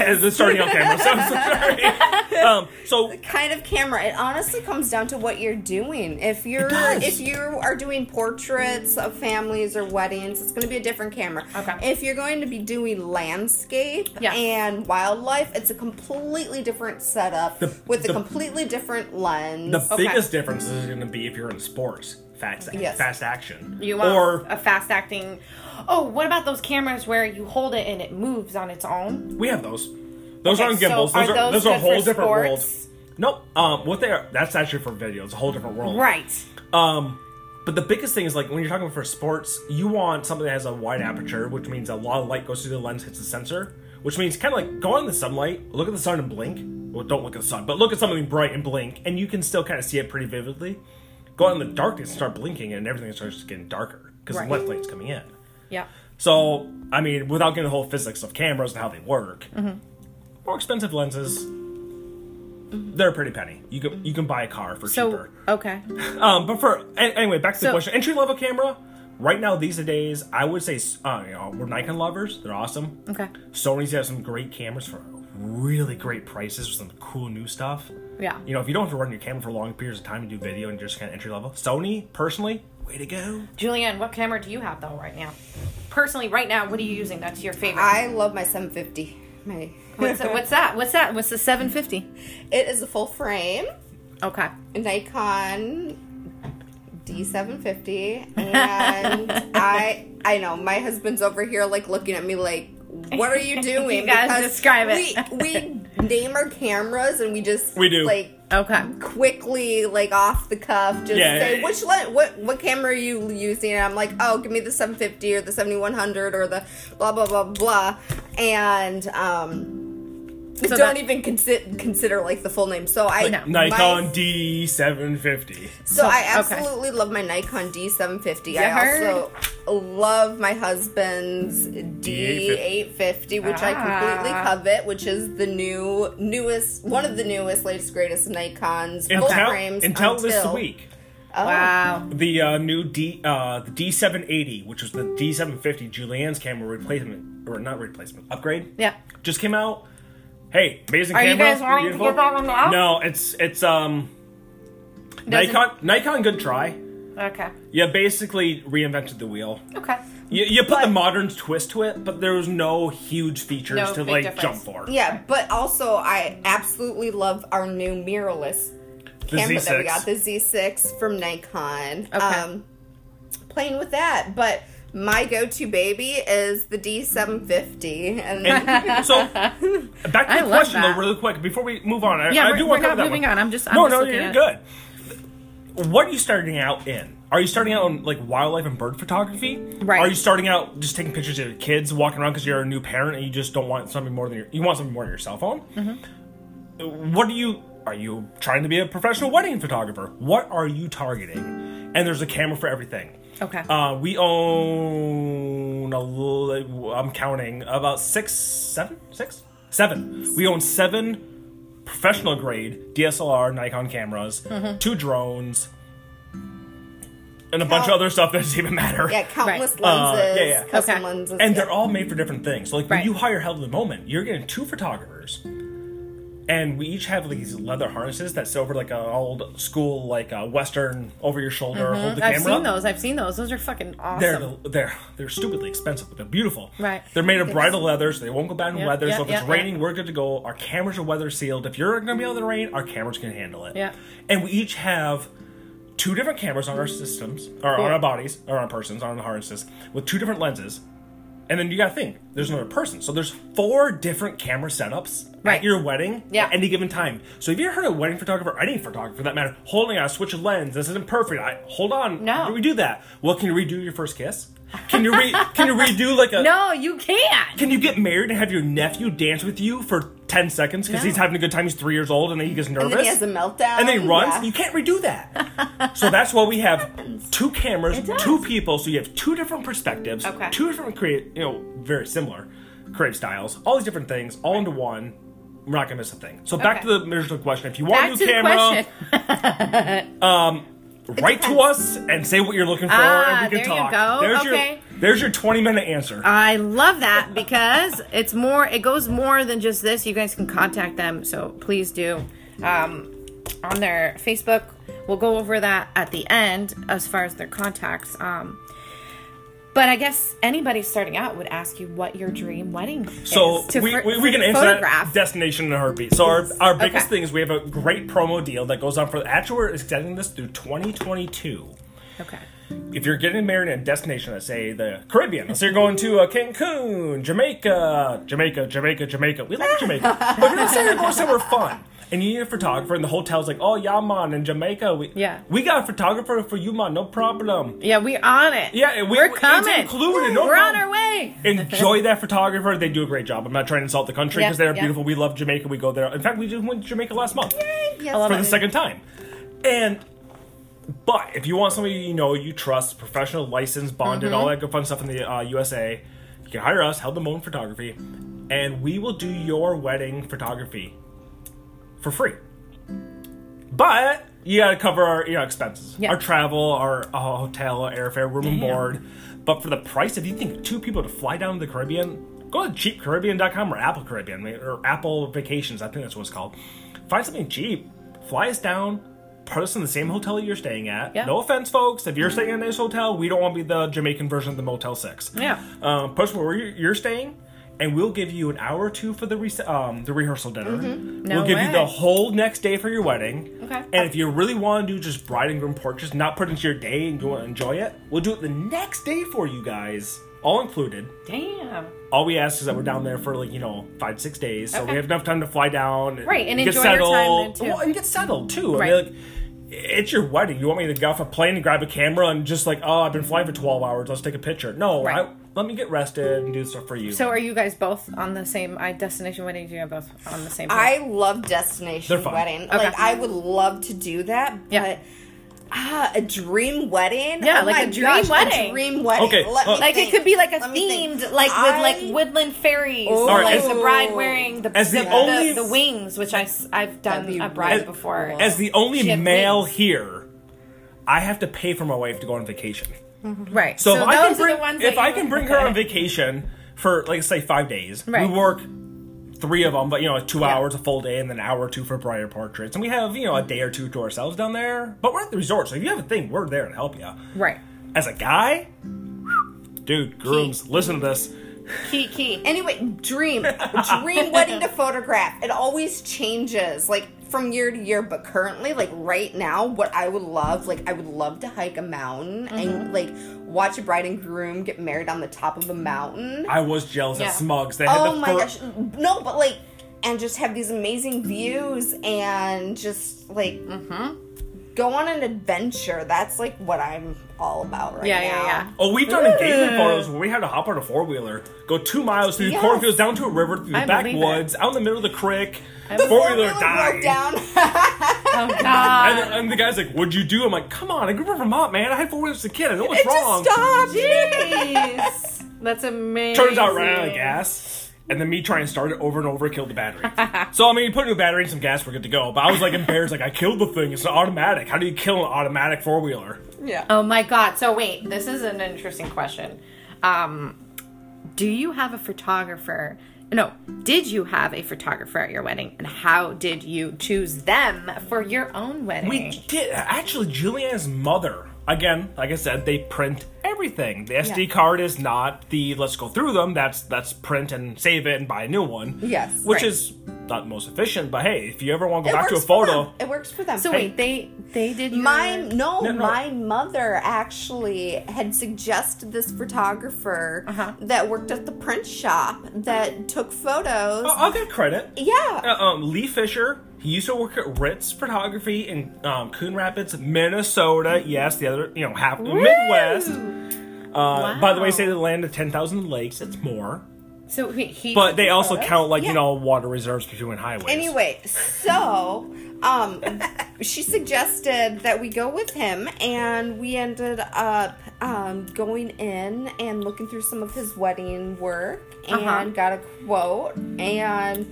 S3: as
S2: Yeah, it's starting on camera. So I'm so sorry. Um, so
S3: kind of camera. It honestly comes down to what you're doing. If you're
S2: does.
S3: if you are doing portraits of families or weddings, it's going to be a different camera.
S1: Okay.
S3: If you're going to be doing landscape
S1: Yeah.
S3: and wildlife, it's a completely different setup
S2: The-
S3: with a
S2: the-
S3: completely different lens.
S2: the biggest difference is going to be if you're in sports, fast,
S3: Yes.
S2: fast action,
S1: You want
S2: or
S1: a fast acting. Oh, what about those cameras where you hold it and it moves on its own?
S2: we have those. Those
S1: Okay,
S2: aren't
S1: so
S2: gimbals.
S1: are
S2: Those are,
S1: those
S2: those are a
S1: good for
S2: whole different
S1: sports?
S2: world. Nope. Um, what they are? That's actually for video. It's a whole different world.
S1: Right.
S2: Um, but the biggest thing is like when you're talking for sports, you want something that has a wide aperture, which means a lot of light goes through the lens, hits the sensor, which means kind of like go in the sunlight, look at the sun and blink. Well, don't look at the sun, but look at something bright and blink, and you can still kind of see it pretty vividly. Go out in the darkness and start blinking, and everything starts getting darker because
S1: Right.
S2: the left light's coming in.
S1: Yeah.
S2: So, I mean, without getting the whole physics of cameras and how they work,
S1: Mm-hmm.
S2: more expensive lenses, they're a pretty penny. You can you can buy a car for
S1: So
S2: cheaper.
S1: okay.
S2: Um, but for a- anyway, back to
S1: So-
S2: the question. Entry level camera. Right now, these days, I would say uh, you know, we're Nikon lovers. They're awesome.
S1: Okay.
S2: Sony's has some great cameras for really great prices with some cool new stuff.
S1: Yeah.
S2: You know, if you don't have to run your camera for long periods of time to do video and just kind of entry level, Sony personally, way to go.
S1: Julianne, what camera do you have though right now? Personally, right now, what are you using? That's your favorite.
S3: I love my 750. My
S1: what's, what's that? What's that? What's the 750?
S3: it is a full frame
S1: Okay.
S3: Nikon D750 and I I know my husband's over here like looking at me like what are you doing?
S1: You gotta
S3: Because
S1: describe it.
S3: We we name our cameras and we just
S2: We do.
S3: like
S1: Okay.
S3: quickly like off the cuff just
S2: Yeah.
S3: say which le- what what camera are you using and i'm like oh give me the 750 or the 7100 or the blah blah blah blah and um
S1: So
S3: don't
S1: that-
S3: even consider consider like the full name so i
S1: No.
S2: Nikon
S3: my-
S2: D750.
S3: so i
S1: okay.
S3: absolutely love my nikon d750 i
S1: You heard?
S3: also love my husband's
S2: D850.
S3: d850 which i completely
S1: Ah.
S3: covet which is the new newest one of the newest latest greatest nikons full
S2: Intel,
S3: frames
S2: Intel this
S3: until-
S2: week.
S3: Oh.
S1: Wow.
S2: The uh, new D uh, the D780, which was the D750 Julianne's camera replacement or not replacement upgrade.
S1: Yeah.
S2: just came out. Hey, amazing
S1: Are you
S2: camera.
S1: guys wanting to
S2: beautiful.
S1: get that one now?
S2: No, it's it's um
S1: Doesn't-
S2: Nikon. Nikon, good try.
S1: Okay.
S2: Yeah, basically reinvented the wheel.
S1: Okay.
S2: You, you put the modern twist to it, but there was no huge features
S1: No
S2: to
S1: big
S2: like
S1: difference.
S2: jump for.
S3: Yeah, but also I absolutely love our new mirrorless
S2: The
S3: camera that we
S2: Z6.
S3: got, the Z6 from Nikon.
S1: Okay.
S3: Um, playing with that, but my go-to baby is the D750, and
S2: And so, back to the
S1: I love
S2: question
S1: that.
S2: though, really quick, before we move on. I,
S1: Yeah,
S2: I
S1: we're-
S2: do want
S1: we're
S2: to cover
S1: not
S2: that
S1: moving
S2: one.
S1: on. I'm just- I'm
S2: no,
S1: just
S2: no,
S1: looking
S2: you're
S1: at
S2: good. What are you starting out in? Are you starting out in like wildlife and bird photography?
S1: Right.
S2: Are you starting out just taking pictures of your kids walking around because you're a new parent and you just don't want something more than your you want something more than your cell phone? What do you are you trying to be a professional wedding photographer? What are you targeting? And there's a camera for everything.
S1: Okay.
S2: Uh, we own. A l- I'm counting about six, seven, six, seven. We own seven professional grade DSLR Nikon cameras, two drones, and a bunch of
S3: Count-
S2: other stuff that doesn't even matter.
S3: yeah, countless lenses,
S2: Uh, yeah, yeah.
S3: custom
S1: Okay.
S3: lenses,
S2: And
S3: yeah.
S2: they're all made for different things. So, like
S1: Right.
S2: when you hire Held in the Moment, you're getting two photographers, and we each have like, these leather harnesses that's over like an old school, like a Western over your shoulder, hold the
S1: Mm-hmm. I've
S2: camera.
S1: seen those. I've seen those. Those are fucking awesome.
S2: They're they're they're stupidly expensive, but they're beautiful.
S1: Right.
S2: They're made of bridal leather, so they won't go bad in
S1: Yeah,
S2: weather.
S1: yeah,
S2: so if
S1: yeah,
S2: it's
S1: yeah.
S2: raining, we're good to go. Our cameras are weather sealed. If you're gonna be out in the rain, our cameras can handle it.
S1: Yeah.
S2: And we each have two different cameras on our systems, or on our bodies, or on our persons, on our harnesses, with two different lenses. And then you gotta think, there's another person. So there's four different camera setups
S1: Right.
S2: at your wedding
S1: Yeah.
S2: at any given time. So have you ever heard a wedding photographer, or any photographer for that matter, holding on, switch a lens, this isn't perfect. I hold on,
S1: No.
S2: how do we do that? Well, can you redo your first kiss? Can you re- can you redo like a
S1: No, you can't.
S2: can you get married and have your nephew dance with you for 10 seconds because
S1: No.
S2: he's having a good time? He's three years old and then he gets nervous.
S3: And then he has a meltdown.
S2: and then he runs.
S3: Yeah.
S2: You can't redo that. so that's why we have two cameras,
S1: It does.
S2: two people. So you have two different perspectives,
S1: Okay.
S2: two different create, you know, very similar creative styles, all these different things, all into one. We're not gonna miss a thing. So back
S1: Okay.
S2: to the original question. If you want
S1: Back
S2: a
S1: to
S2: new
S1: the
S2: camera,
S1: question.
S2: write to us and say what you're looking for,
S1: Ah,
S2: and we can
S1: there you
S2: talk.
S1: go.
S2: There's
S1: Okay.
S2: your there's your 20 minute answer.
S1: I love that because it's more. It goes more than just this. You guys can contact them, so please do. Um, on their Facebook, we'll go over that at the end as far as their contacts. Um, but I guess anybody starting out would ask you what your dream wedding
S2: So
S1: is. to
S2: we,
S1: fir-
S2: we, we can answer
S1: photograph.
S2: that destination in a heartbeat. So our, our biggest
S1: Okay.
S2: thing is we have a great promo deal that goes on for actually we're extending this through 2022.
S1: okay.
S2: If you're getting married in a destination, let's say the Caribbean, let's say you're going to uh, Cancun, Jamaica, Jamaica, Jamaica, Jamaica. We love Jamaica, but if you're saying you're going somewhere fun. And you need a photographer, and the hotel's like, oh, yeah, man, in Jamaica, we,
S1: Yeah.
S2: we got a photographer for you, man, no problem.
S1: Yeah, we're on it.
S2: Yeah, and we-
S1: are
S2: it's
S1: coming.
S2: included, no
S1: we're on
S2: problem.
S1: our way.
S2: enjoy that photographer. They do a great job. I'm not trying to insult the country
S1: Yeah,
S2: because they're
S1: yeah.
S2: beautiful. We love Jamaica. We go there. In fact, we just went to Jamaica last month
S3: Yes.
S1: I love
S2: for
S1: it.
S2: the second time. And but if you want somebody you know you trust, professional, licensed, bonded,
S1: Mm-hmm.
S2: all that good fun stuff in the uh, USA, you can hire us, Held the Moon Photography, and we will do your wedding photography for free. But you gotta cover our you know expenses,
S1: Yeah.
S2: our travel, our uh, hotel, our airfare, room and board. But for the price, if you think two people to fly down to the Caribbean, go to cheapcaribbean.com or Apple Caribbean or Apple Vacations. I think that's what it's called. Find something cheap, fly us down. Put us in the same hotel you're staying at.
S1: Yeah.
S2: No offense, folks. If you're staying in a nice hotel, we don't want to be the Jamaican version of the Motel Six.
S1: Yeah.
S2: Um, post where you're you're staying, and we'll give you an hour or two for the re- um, the rehearsal dinner.
S1: Mm-hmm. No
S2: we'll give you
S1: way.
S2: the whole next day for your wedding.
S1: Okay.
S2: And if you really want to do just bride and groom portraits, not put into your day and you want to enjoy it, we'll do it the next day for you guys, all included.
S1: Damn.
S2: All we ask is that we're down there for like you know five six days, so
S1: Okay.
S2: we have enough time to fly down,
S1: Right, and enjoy your time there, too.
S2: Well, and get settled too. I
S1: Right.
S2: mean, like, it's your wedding. You want me to get off a plane and grab a camera and just like, oh, I've been flying for twelve hours. Let's take a picture. No,
S1: Right.
S2: I, let me get rested and do stuff for you.
S1: So are you guys both on the same I destination wedding? You're both on the same.
S3: I love destination
S2: They're fun.
S3: wedding.
S1: Okay.
S3: Like I would love to do that,
S1: Yeah.
S3: but ah, a dream wedding.
S1: Yeah,
S3: Oh
S1: like
S3: my
S1: a dream
S3: gosh,
S1: wedding.
S3: A dream wedding.
S2: Okay,
S3: Let me
S2: uh,
S1: like
S3: think.
S1: it could be like a
S3: Let me think.
S1: themed, like
S3: I-
S1: with like woodland fairies,
S3: Ooh.
S2: Alright,
S1: like
S2: as-
S1: the bride wearing the
S2: as the
S1: the, the-
S2: only-
S1: the wings, which I s- I've
S3: That'd
S1: done
S3: be
S1: a bride
S3: really
S1: before.
S3: cool.
S2: As the only
S1: Shit,
S2: male
S1: please.
S2: here, I have to pay for my wife to go on vacation.
S1: right.
S2: So, if I can
S1: those are
S2: bring,
S1: the ones
S2: if
S1: that
S2: I
S1: you-
S2: can bring her on vacation for like say five days,
S1: Right.
S2: we work three of them, but you know two hours a full day and then an hour or two for prior portraits, and we have you know a day or two to ourselves down there. But we're at the resort, so if you have a thing, we're there to help you.
S1: Right.
S2: As a guy, dude, grooms, listen to this.
S1: Key key.
S3: Anyway, dream, dream wedding to photograph. It always changes, like from year to year. But currently, like right now, what I would love, like I would love to hike a mountain
S1: Mm-hmm.
S3: and like watch a bride and groom get married on the top of a mountain.
S2: I was jealous
S1: Yeah.
S2: of Smugs. They had
S3: Oh
S2: the
S3: my
S2: fir-
S3: gosh. No, but like, and just have these amazing views and just like
S1: Mm-hmm.
S3: go on an adventure. That's like what I'm all about right
S1: Yeah,
S3: now.
S1: yeah, yeah.
S2: Oh, we've done engagement photos where we had to hop on a four wheeler, go two miles through
S3: Yes.
S2: cornfields, down to a river, through the
S1: I believe it.
S2: backwoods, out in the middle of the creek.
S1: believe
S2: Four
S3: Four-wheeler
S2: wheeler
S3: broke
S2: died.
S3: down.
S1: Oh god.
S2: And, and the guy's like, "What'd you do?" I'm like, "Come on, I grew up in Vermont, man. I had four wheelers as a kid. I know what's
S3: it
S2: wrong."
S3: just stopped.
S1: Jeez. That's amazing.
S2: Turns out, ran out of gas, and then me trying to start it over and over killed the battery. so I mean, you put a new battery and some gas, we're good to go. But I was like embarrassed, like I killed the thing. It's an automatic. How do you kill an automatic four wheeler?
S3: Yeah.
S1: Oh my god. So wait, this is an interesting question. Um, do you have a photographer? No, did you have a photographer at your wedding, and how did you choose them for your own wedding?
S2: We did actually. Julianne's mother. Again, like I said, they print everything. The SD
S3: Yeah.
S2: card is not the let's go through them. That's that's print and save it and buy a new one.
S3: Yes,
S2: which
S3: right.
S2: is not most efficient, but hey, if you ever want to
S3: It
S2: go back to a
S3: works for
S2: photo,
S3: them. It works for them.
S1: So
S2: Hey.
S1: wait, they they did your...
S3: My no,
S2: No, no.
S3: my mother actually had suggested this photographer
S1: Uh-huh.
S3: that worked at the print shop that took photos.
S2: I'll, I'll give credit.
S3: Yeah,
S2: Uh, um, Lee Fisher. He used to work at Ritz Photography in um, Coon Rapids, Minnesota. Yes, the other, you know, half the Midwest. Uh,
S3: Woo!
S2: By the way,
S1: Wow.
S2: say the land of 10,000 lakes. It's more.
S1: So he, he
S2: But they also
S1: photos?
S2: count, like,
S3: Yeah.
S2: you know, water reserves between highways.
S3: Anyway, so um, she suggested that we go with him, and we ended up um, going in and looking through some of his wedding work and
S1: Uh-huh.
S3: got a quote and.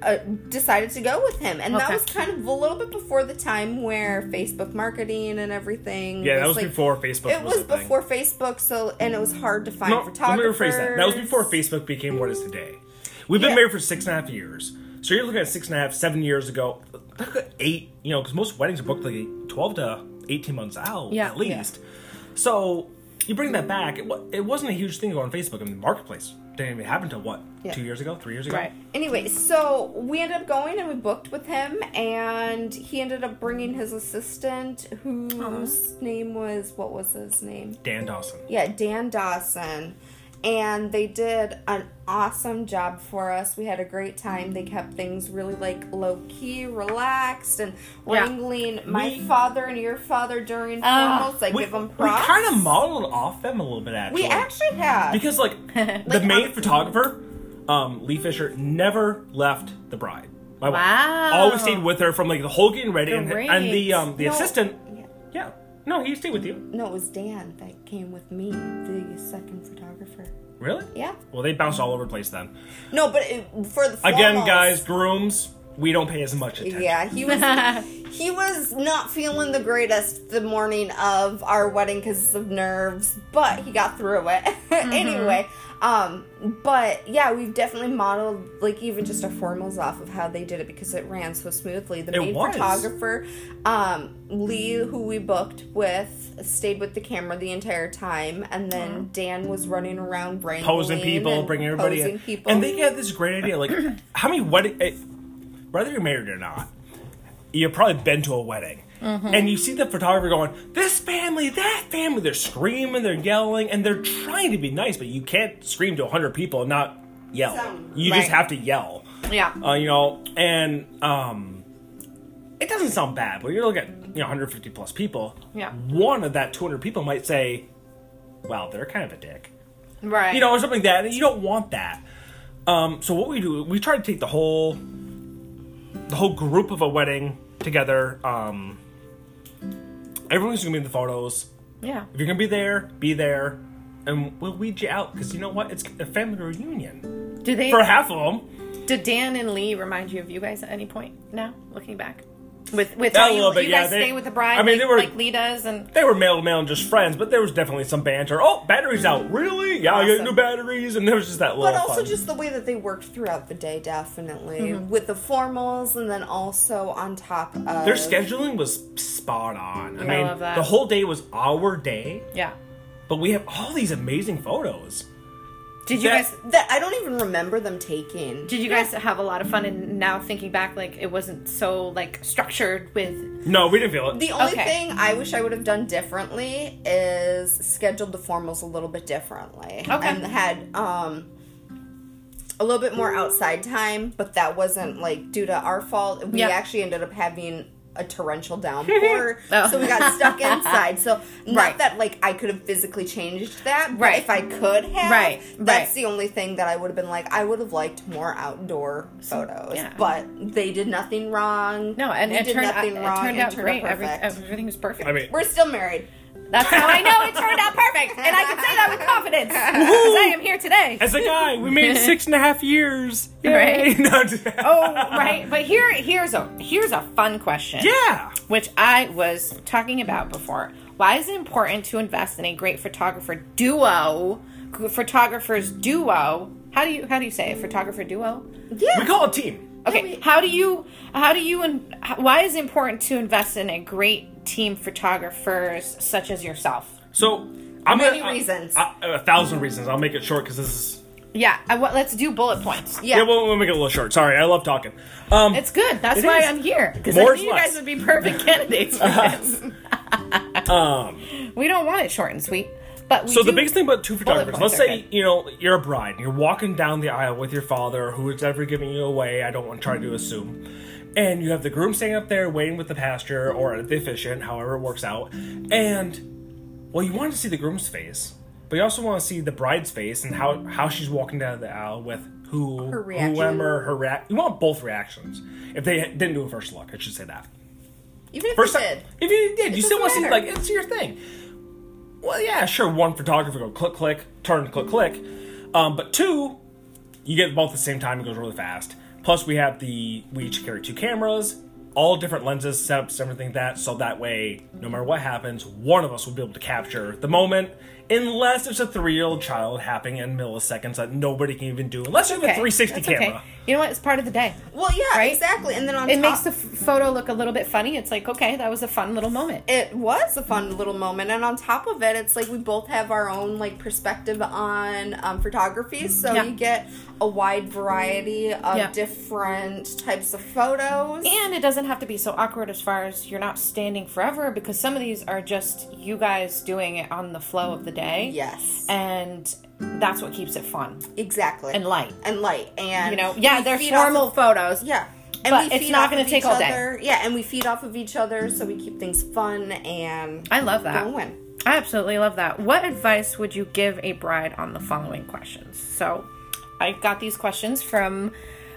S3: Uh, decided to go with him, and that
S1: Okay.
S3: was kind of a little bit before the time where Facebook marketing and everything.
S2: Yeah, that was
S3: like-
S2: before Facebook
S3: It
S2: was
S3: was,
S2: a thing.
S3: before Facebook, so and it was hard to find
S2: No, let me
S3: photographers.
S2: rephrase that. That was before Facebook became what it is today. We've been
S3: Yeah.
S2: married for six and a half years. So you're looking at six and a half, seven years ago, look at eight, you know, because most weddings are booked like 12 to 18 months out
S1: Yeah,
S2: at
S1: yeah.
S2: least. So you bring that back. It, wa- it wasn't a huge thing on Facebook. I mean, the marketplace didn't even happen until what,
S3: Yeah.
S2: two years ago, three years ago?
S1: Right.
S3: Anyway, so we ended up going and we booked with him, and he ended up bringing his assistant, whose name was what was his name?
S2: Dan Dawson.
S3: Yeah, Dan Dawson. And they did an awesome job for us. We had a great time. They kept things really like low key, relaxed, and
S1: Yeah.
S3: wrangling my
S2: We-
S3: father and your father during
S1: Ah.
S3: formals. I
S2: we
S3: give them props.
S2: kind of modeled off them a little bit, actually.
S3: We actually have.
S2: Because, like, the
S3: Like,
S2: main
S3: um,
S2: photographer, um, Lee Fisher, never left the bride. My wife.
S1: Wow.
S2: Always stayed with her from like the whole getting ready, and,
S1: Great.
S2: and the um, the
S3: No.
S2: assistant.
S3: Yeah.
S2: Yeah, no, he stayed with you.
S3: No, it was Dan that came with me, the second photographer.
S2: Really?
S3: Yeah.
S2: Well, they bounced all over the place then.
S3: No, but it, for the
S2: Again,
S3: formals-
S2: guys, grooms, we don't pay as much attention.
S3: Yeah, he was he was not feeling the greatest the morning of our wedding because of nerves, but he got through it anyway. Um, but yeah, we've definitely modeled like even just our formals off of how they did it because it ran so smoothly. The
S2: It
S3: main
S2: was.
S3: photographer, um, Lee, who we booked with, stayed with the camera the entire time, and then Dan was running around wrangling
S2: Posing people,
S3: and
S2: bringing everybody
S3: posing
S2: in,
S3: people.
S2: and they get this great idea. Like, how many wedding? It, whether you're married or not, you've probably been to a wedding. And you see the photographer going, this family, that family. They're screaming, they're yelling, and they're trying to be nice, but you can't scream to 100 people and not yell.
S3: Sound.
S2: You just
S1: Right.
S2: have to yell.
S1: yeah.
S2: Uh, you know, and um, it doesn't sound bad, but you're looking at you know 150 plus people.
S1: Yeah.
S2: One of that 200 people might say, "Wow, they're kind of a dick,"
S1: right.
S2: you know, or something like that. And you don't want that. Um, so what we do, we try to take the whole, the whole group of a wedding together. Um, everyone's gonna be in the photos.
S1: Yeah.
S2: If you're gonna be there, be there, and we'll weed you out because you know what? It's a family reunion
S1: Do they?
S2: for half of them.
S1: Did Dan and Lee remind you of you guys at any point? Now, looking back, with with
S2: Yeah,
S1: how
S2: a
S1: you,
S2: little bit,
S1: you
S2: yeah,
S1: guys
S2: they-
S1: stay with the bride.
S2: I mean,
S1: like,
S2: they were-
S1: like Lee does, and
S2: they were male to male and just friends, but there was definitely some banter. Oh, batteries out, really? Yeah, I got
S3: Awesome.
S2: new batteries, and there was just that little.
S3: But also
S2: fun.
S3: just the way that they worked throughout the day, definitely with the formals, and then also on top of
S2: their scheduling was spot on. I mean,
S1: love that.
S2: the whole day was our day,
S1: yeah.
S2: but we have all these amazing photos.
S1: Did you
S2: That-
S1: guys?
S3: that I don't even remember them taking.
S1: Did you guys have a lot of fun? And now thinking back, like it wasn't so like structured with.
S2: No, we didn't feel it.
S3: The only
S1: Okay.
S3: thing I wish I would have done differently is scheduled the formals a little bit differently,
S1: Okay.
S3: and had um a little bit more outside time. But that wasn't like due to our fault. We
S1: Yeah.
S3: actually ended up having a torrential downpour,
S1: Oh.
S3: so we got stuck inside. So not
S1: Right.
S3: that like I could have physically changed that, but
S1: Right.
S3: If I could have,
S1: Right,
S3: That's
S1: right.
S3: the only thing that I would have been like. I would have liked more outdoor photos,
S1: yeah.
S3: but they did nothing wrong.
S1: No, and
S3: We
S1: it
S3: did
S1: turned, out,
S3: nothing
S1: it
S3: wrong
S1: turned
S3: and
S1: out great. Every,
S3: perfect.
S1: everything was perfect.
S2: I mean,
S3: We're still married.
S1: that's how I know it turned out perfect, and I can say that with confidence because I am here today.
S2: as a guy, we made it six and a half years. Yay.
S1: Right.
S2: No, just-
S1: Oh, right. But here, here's a here's a fun question.
S2: yeah.
S1: which I was talking about before. Why is it important to invest in a great photographer duo? Photographers duo. How do you how do you say it? Photographer duo.
S2: We
S3: Yeah.
S2: call it team.
S1: Okay.
S3: we-
S1: how do you how do you and why is it important to invest in a great team photographers such as yourself?
S2: So I'm
S3: Many
S2: gonna- I-
S3: reasons.
S2: I- A thousand reasons. I'll make it short because this is
S1: Yeah, I, wa- let's do bullet points. Yeah,
S2: Yeah, we'll, we'll make it a little short. Sorry, I love talking. Um,
S1: it's good. That's
S2: It
S1: why
S2: is.
S1: I'm here because I
S2: More
S1: knew
S2: is
S1: you
S2: less. Uh-huh.
S1: guys would be perfect candidates for this.
S2: um,
S1: We don't want it short and sweet, but we
S2: so the
S1: do-
S2: biggest thing about two photographers,
S1: points
S2: let's
S1: are
S2: say you know you're a bride, you're walking down the aisle with your father, who is ever giving you away. I don't want to try to assume. And you have the groom standing up there waiting with the pastor or at the efficient, however it works out. And well, you want to see the groom's face, but you also want to see the bride's face and how how she's walking down the aisle with who,
S3: Her reaction.
S2: whoever, her react. You want both reactions. If they didn't do a first look, I should say that.
S3: Even if
S2: First
S3: you
S2: time,
S3: did.
S2: if you did, you still want to
S3: doesn't
S2: see like
S3: matter.
S2: it's your thing. Well, yeah, sure. One photographer go click, click, turn, click, click. Um, but two, you get both at the same time. It goes really fast. Plus, we have the we each carry two cameras, all different lenses, setups, everything like that. So that way, no matter what happens, one of us will be able to capture the moment. Unless it's a three-year-old child happening in milliseconds that nobody can even do. Unless you have a
S1: Okay,
S2: 360
S1: that's
S2: camera.
S1: You know what? It's part of the day.
S3: Well, yeah,
S1: Right?
S3: exactly. And then on
S1: It
S3: top,
S1: makes the f- photo look a little bit funny. It's like, okay, that was a fun little moment.
S3: it was a fun little moment and on top of it it's like we both have our own like perspective on um, photography so
S1: Yeah.
S3: you get a wide variety of
S1: Yeah.
S3: different types of photos
S1: And it doesn't have to be so awkward as far as you're not standing forever because some of these are just you guys doing it on the flow of the day.
S3: yes
S1: And that's what keeps it fun
S3: exactly
S1: and light.
S3: and light and
S1: You know, yeah,
S3: we
S1: they're
S3: feed off
S1: formal
S3: of-
S1: photos.
S3: yeah
S1: But it's
S3: feed
S1: not
S3: off
S1: gonna
S3: of
S1: take
S3: each
S1: all day.
S3: other. yeah and we feed off of each other so we keep things fun and
S1: I love that.
S3: going
S1: I absolutely love that. What advice would you give a bride on the following questions? So, I got these questions from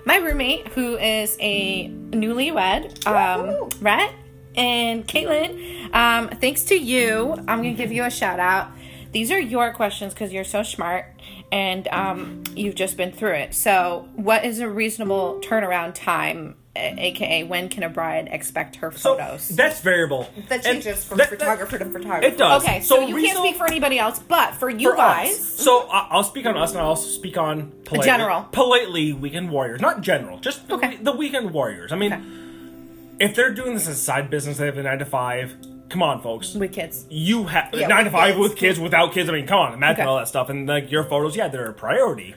S1: my roommate, who is a newlywed, um,
S3: Woohoo.
S1: Rhett and Caitlin. Um, thanks to you, I'm gonna give you a shout out. These are your questions because you're so smart and um, you've just been through it. So, what is a reasonable turnaround time, a- aka when can a bride expect her
S2: So
S1: photos?
S2: that's variable.
S3: that
S2: And
S3: changes from
S2: that- that-
S3: photographer to photographer
S2: It does.
S1: Okay, so, you can't
S2: reasonable-
S1: speak for anybody else, but for you
S2: for
S1: guys,
S2: us. So I- I'll speak on us, and I'll also speak on politely,
S1: General.
S2: politely weekend warriors, not general, just the,
S1: Okay.
S2: the weekend warriors. I mean,
S1: Okay.
S2: if they're doing this as a side business, they have a nine to five. Come on, folks.
S1: with kids.
S2: you have
S3: Yeah,
S2: nine
S3: with
S2: to five
S3: kids.
S2: with kids, without kids. I mean, come on, imagine
S1: Okay.
S2: all that stuff. And like your photos, yeah, they're a priority.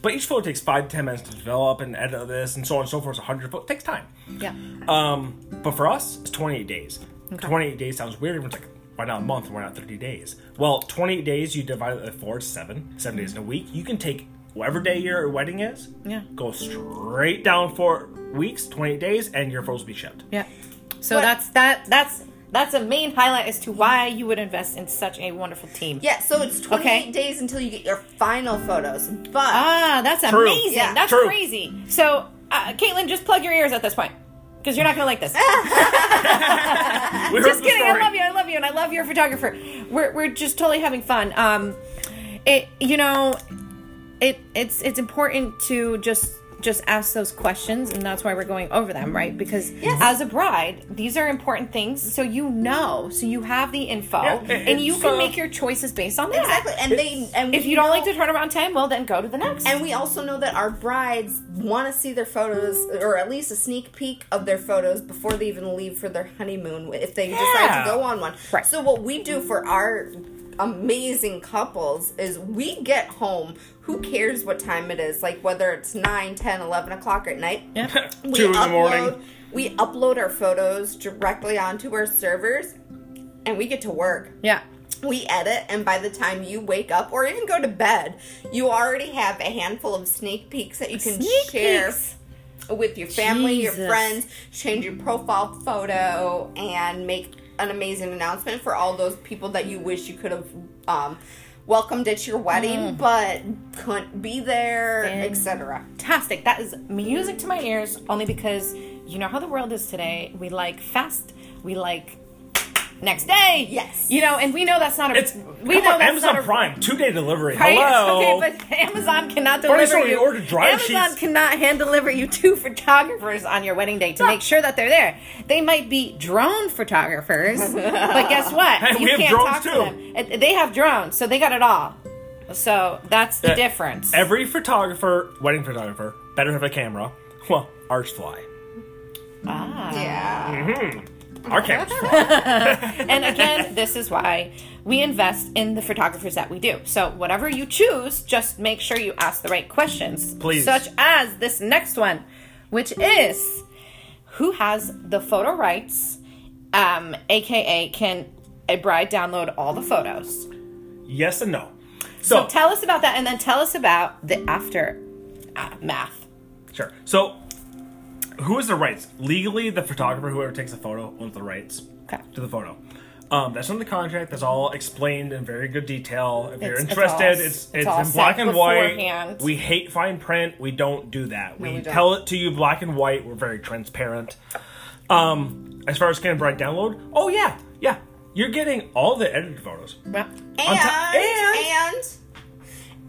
S2: But each photo takes five to ten minutes to develop and edit this, and so on and so forth. hundred photos takes time.
S1: Yeah.
S2: Um, but for us, it's 28 days. 28 days sounds weird. Everyone's like, why not a month? Why not 30 days? Well, 28 days, you divide it by four, it's seven, seven days in a week. You can take whatever day your wedding is,
S1: Yeah.
S2: go straight down four weeks, 28 days, and your photos will be shipped.
S1: Yeah. So
S3: What-
S1: that's that that's that's a main highlight as to why you would invest in such a wonderful team.
S3: yeah so it's 28
S1: Okay.
S3: days until you get your final photos but
S1: Ah, that's
S2: True.
S1: amazing.
S3: Yeah.
S1: that's
S2: True.
S1: crazy. So, uh, Caitlin, just plug your ears at this point because you're not going to like this.
S2: We
S1: just kidding. I love you. I love you, and I love your photographer. We're we're just totally having fun. Um, it you know, it it's it's important to just just ask those questions, and that's why we're going over them, right? Because as a bride, these are important things, so you know, so you have the info,
S2: Yeah,
S1: and,
S2: and- and
S1: you
S2: so-
S1: can make your choices based on that.
S3: exactly and they and
S1: If
S3: we
S1: you don't like
S3: know-
S1: the turnaround time, well, then go to the next.
S3: And we also know that our brides want to see their photos, or at least a sneak peek of their photos before they even leave for their honeymoon, if they decide
S2: Yeah.
S3: to go on one.
S1: Right.
S3: So what we do for our amazing couples is we get home. Who cares what time it is? Like whether it's 9, 10, 11 o'clock at night.
S1: yeah.
S3: We
S2: Two in the
S3: upload,
S2: morning.
S3: We upload our photos directly onto our servers, and we get to work
S1: yeah.
S3: we edit and by the time you wake up or even go to bed you already have a handful of sneak peeks that you can
S1: Sneak
S3: share
S1: peeks.
S3: with your family
S1: Jesus.
S3: your friends change your profile photo and make an amazing announcement for all those people that you wish you could have um, welcomed at your wedding
S1: Mm.
S3: but couldn't be there etc
S1: fantastic. That is music to my ears, only because you know how the world is today. We like fast. We like next day.
S3: Yes.
S1: You know, and we know that's not a.
S2: It's
S1: we
S2: come
S1: know
S2: on,
S1: that's
S2: Amazon
S1: not a.
S2: Prime, two day delivery.
S1: Right?
S2: Hello.
S1: Okay, but Amazon cannot
S2: Funny
S1: deliver
S2: story,
S1: you.
S2: you ordered dry
S1: Amazon
S2: sheets.
S1: cannot hand deliver you two photographers on your wedding day to make sure that they're there. They might be drone photographers, but guess what?
S2: Hey,
S1: you
S2: we have
S1: can't
S2: drones
S1: talk to
S2: too.
S1: them. And They have drones, so they got it all. So that's the
S2: Yeah.
S1: difference.
S2: Every photographer, wedding photographer, better have a camera. Well, arch fly.
S1: ah.
S3: yeah
S2: Our camera's fine.
S1: And again, this is why we invest in the photographers that we do. So, whatever you choose, just make sure you ask the right questions.
S2: Please.
S1: Such as this next one, which is who has the photo rights, um, aka, can a bride download all the photos?
S2: yes and no.
S1: So, tell us about that and then tell us about the after uh, math.
S2: Sure. So, who has the rights? Legally, the photographer, whoever takes the photo, owns the rights
S1: Okay.
S2: to the photo. Um, that's in the contract. That's all explained in very good detail. If you're
S1: It's- it's
S2: interested,
S1: all-
S2: it's it's,
S1: it's all
S2: in black
S1: set
S2: and white.
S1: beforehand.
S2: We hate fine print. We don't do that. We,
S3: we don't.
S2: tell it to you black and white. We're very transparent. Um, as far as can bright download, oh yeah, yeah, you're getting all the edited photos.
S1: Well,
S3: And,
S2: top-
S3: and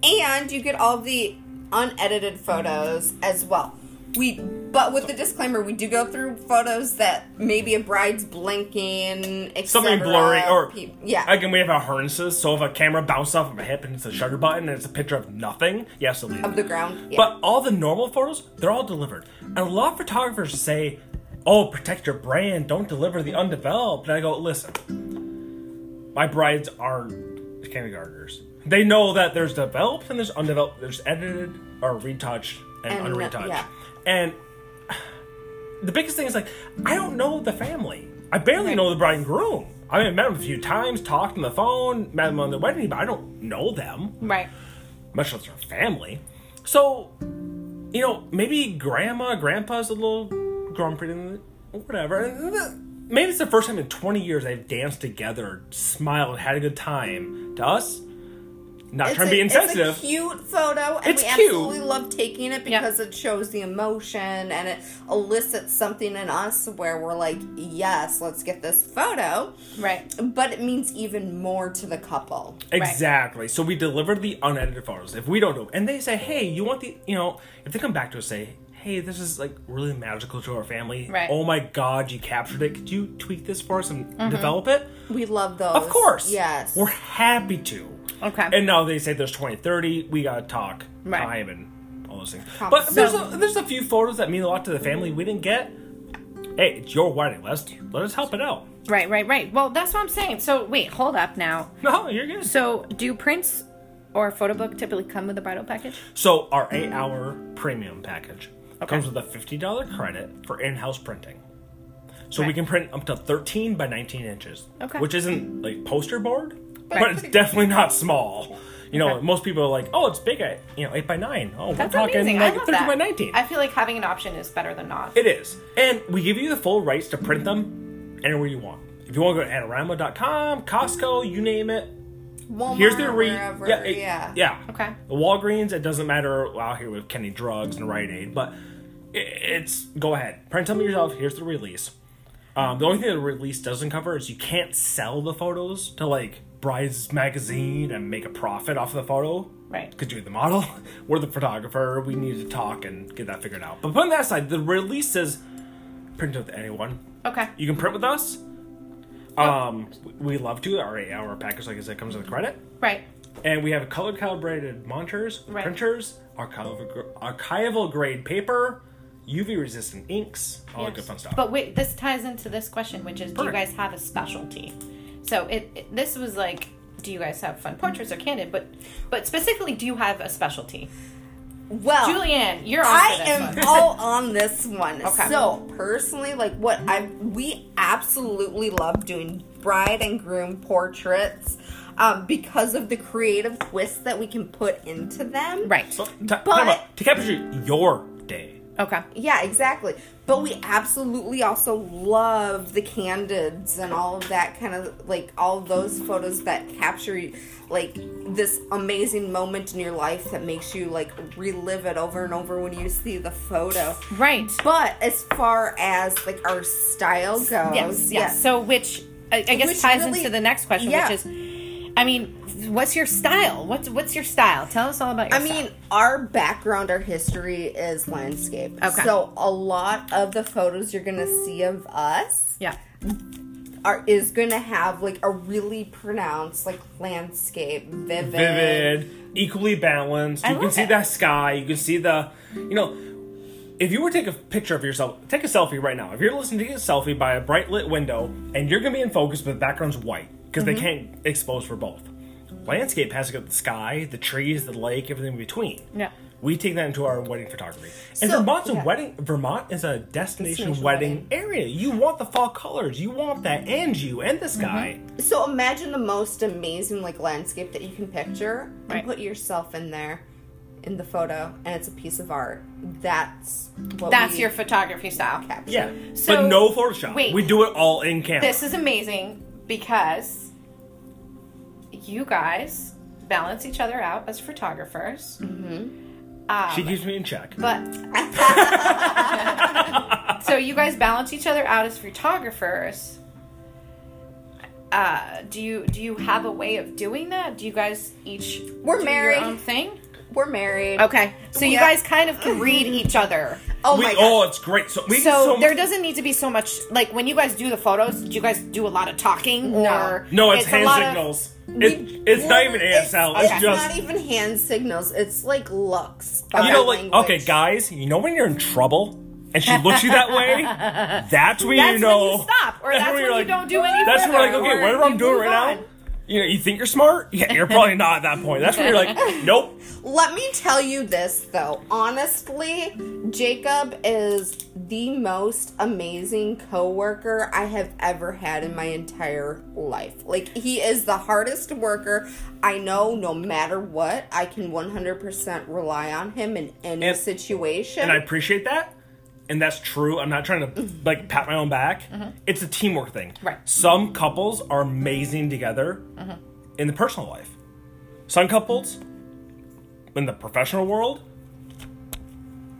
S3: and you get all the unedited photos as well. We but with the disclaimer, we do go through photos that maybe a bride's blinking, etc.
S2: Something blurry or
S3: Pe- yeah.
S2: Again, we have our harnesses, so if a camera bounced off of a hip and it's a shutter button and it's a picture of nothing, yes, it'll be
S3: of the ground. Yeah.
S2: But all the normal photos, they're all delivered. And a lot of photographers say, oh, protect your brand, don't deliver the undeveloped. And I go, listen, my brides are kindergartners. They know that there's developed and there's undeveloped, there's edited or retouched and,
S3: And,
S2: unretouched.
S3: yeah.
S2: And the biggest thing is like, I don't know the family. I barely know the bride and groom. I mean, I met them a few times, talked on the phone, met them on the wedding, but I don't know them
S1: right.
S2: much less her family. So, you know, maybe grandma, grandpa's a little grumpy and whatever. And th- Maybe it's the first time in 20 years they've danced together, smiled, had a good time. To us, not trying to be insensitive.
S3: It's a cute photo, and
S2: It's
S3: we
S2: cute.
S3: absolutely love taking it because it shows the emotion and it elicits something in us where we're like, yes, let's get this photo.
S1: Right.
S3: But it means even more to the couple.
S2: Exactly. So we deliver the unedited photos. If we don't know, and they say, "Hey, you want the," you know, if they come back to us say, "Hey, this is like really magical to our family.
S1: Right.
S2: Oh my God, you captured it. Could you tweak this for us and
S3: Mm-hmm.
S2: develop it?"
S3: We love those.
S2: Of course.
S3: Yes.
S2: We're happy to.
S1: Okay.
S2: And now they say there's 2030. We gotta talk
S1: Right.
S2: time and all those things. But
S3: So-
S2: there's a, there's a few photos that mean a lot to the family we didn't get. Hey, it's your wedding. Let's let us help it out.
S1: Right, right, right. Well, that's what I'm saying. So, wait, hold up now.
S2: No, you're good.
S1: So, do prints or photo book typically come with a bridal package?
S2: So our eight hour premium package comes with a fifty dollar credit for in house printing. So we
S1: Right.
S2: can print up to thirteen by nineteen inches.
S1: Okay.
S2: Which isn't like poster board,
S1: Right.
S2: but it's definitely not small. You know,
S1: Okay.
S2: most people are like, "Oh, it's big, I- you know, eight by nine. Oh,
S1: That's
S2: we're talking
S1: amazing.
S2: like
S1: I love that.
S2: thirteen by nineteen.
S1: I feel like having an option is better than not.
S2: It is. And we give you the full rights to print them anywhere you want. If you want to go to Adorama.com, Costco, you name it.
S3: Walmart,
S2: Here's their re-
S3: wherever,
S2: yeah, it-
S3: yeah.
S2: yeah.
S1: Okay.
S2: The Walgreens, it doesn't matter well, out here with Kenny Drugs and Rite Aid, but i- it's go ahead. Print them yourself. Here's the release. Um, the only thing the release doesn't cover is you can't sell the photos to like Bride's Magazine and make a profit off of the photo.
S1: Right.
S2: Because you're the model, we're the photographer. We need to talk and get that figured out. But putting that aside, the release says print with anyone.
S1: Okay.
S2: You can print with us. Um, we love to. Our eight hour package, like I said, comes with credit.
S1: Right.
S2: And we have color calibrated monitors,
S1: Right.
S2: printers, archival, gr- archival grade paper, UV resistant inks, all that
S1: Yes.
S2: good fun stuff.
S1: But wait, this ties into this question, which is do you
S2: Perfect.
S1: guys have a specialty? So, it, it- this was like do you guys have fun portraits or candid? But but specifically, do you have a specialty?
S3: Well,
S1: Julianne, you're on
S3: Oh. I
S1: for this
S3: am
S1: one.
S3: all on this one.
S1: Okay.
S3: So personally, like what I we absolutely love doing bride and groom portraits um, because of the creative twist that we can put into them.
S1: Right.
S2: So, t- time
S3: but-
S2: out. to capture your day.
S1: Okay.
S3: Yeah, exactly. But we absolutely also love the candids and all of that kind of like all those photos that capture like this amazing moment in your life that makes you like relive it over and over when you see the photo.
S1: Right.
S3: But as far as like our style goes,
S1: yes, yes.
S3: yeah.
S1: So, which I, I guess
S3: Which
S1: ties
S3: really-
S1: into the next question,
S3: yeah.
S1: which is, I mean, what's your style? What's what's your style? Tell us all about your.
S3: I
S1: style.
S3: mean, our background, our history is landscape.
S1: Okay.
S3: So a lot of the photos you're gonna see of us
S1: yeah,
S3: are is gonna have like a really pronounced like landscape, vivid.
S2: Vivid, equally balanced.
S1: I
S2: You can
S1: love
S2: see
S1: it.
S2: the sky. You can see the, you know, if you were to take a picture of yourself, take a selfie right now. If you're listening to a selfie by a bright lit window and you're gonna be in focus, but the background's white because
S1: Mm-hmm.
S2: they can't expose for both. Landscape has to go to the sky, the trees, the lake, everything in between.
S1: Yeah.
S2: We take that into our wedding photography. And
S3: So-
S2: Vermont's
S3: yeah.
S2: a wedding Vermont is a destination,
S1: Destination
S2: wedding, area. You want the fall colors. You want that and you and the sky.
S3: So imagine the most amazing like landscape that you can picture
S1: Right.
S3: and put yourself in there in the photo and it's a piece of art. That's what
S1: That's
S3: we
S1: your photography style.
S3: capture.
S2: Yeah.
S1: So-
S2: but no Photoshop.
S1: wait.
S2: we do it all in camera.
S1: This is amazing because you guys balance each other out as photographers.
S2: she keeps me in check.
S1: But so you guys balance each other out as photographers. Uh, do you do you have a way of doing that? Do you guys each
S3: We're
S1: do
S3: married.
S1: your own thing?
S3: We're married.
S1: Okay, so you
S3: Yeah.
S1: guys kind of can read each other.
S3: Oh
S2: we,
S3: my
S2: oh,
S3: god.
S2: it's great. So, we
S1: So,
S2: much-
S1: there doesn't need to be so much like when you guys do the photos. Do you guys do a lot of talking
S3: No.
S1: or
S2: No, it's,
S1: a
S2: hand
S1: lot of-
S2: signals. it, it's not even ASL. It's,
S3: it's
S2: just
S3: not even hand signals. It's like looks.
S2: you
S3: body
S2: know, like
S3: language.
S2: okay, guys, you know when you're in trouble and she looks you that way. That's when
S1: That's
S2: you
S1: when
S2: know.
S1: you stop, or that's
S2: when
S1: when
S2: you're
S1: you
S2: like-
S1: don't do any
S2: That's when
S1: further,
S2: you're like, okay,
S1: or
S2: whatever I'm
S1: you
S2: doing
S1: move
S2: right
S1: on.
S2: now. You know, you think you're smart? Yeah, you're probably not at that point. That's when you're like, nope.
S3: Let me tell you this though. Honestly, Jacob is the most amazing coworker I have ever had in my entire life. Like he is the hardest worker I know no matter what. I can 100% rely on him in any
S2: And-
S3: situation.
S2: And I appreciate that. And that's true. I'm not trying to like pat my own back. It's a teamwork thing.
S1: Mm-hmm. Right. Mm-hmm.
S2: Some couples are amazing together in the personal life. Some couples in the professional world,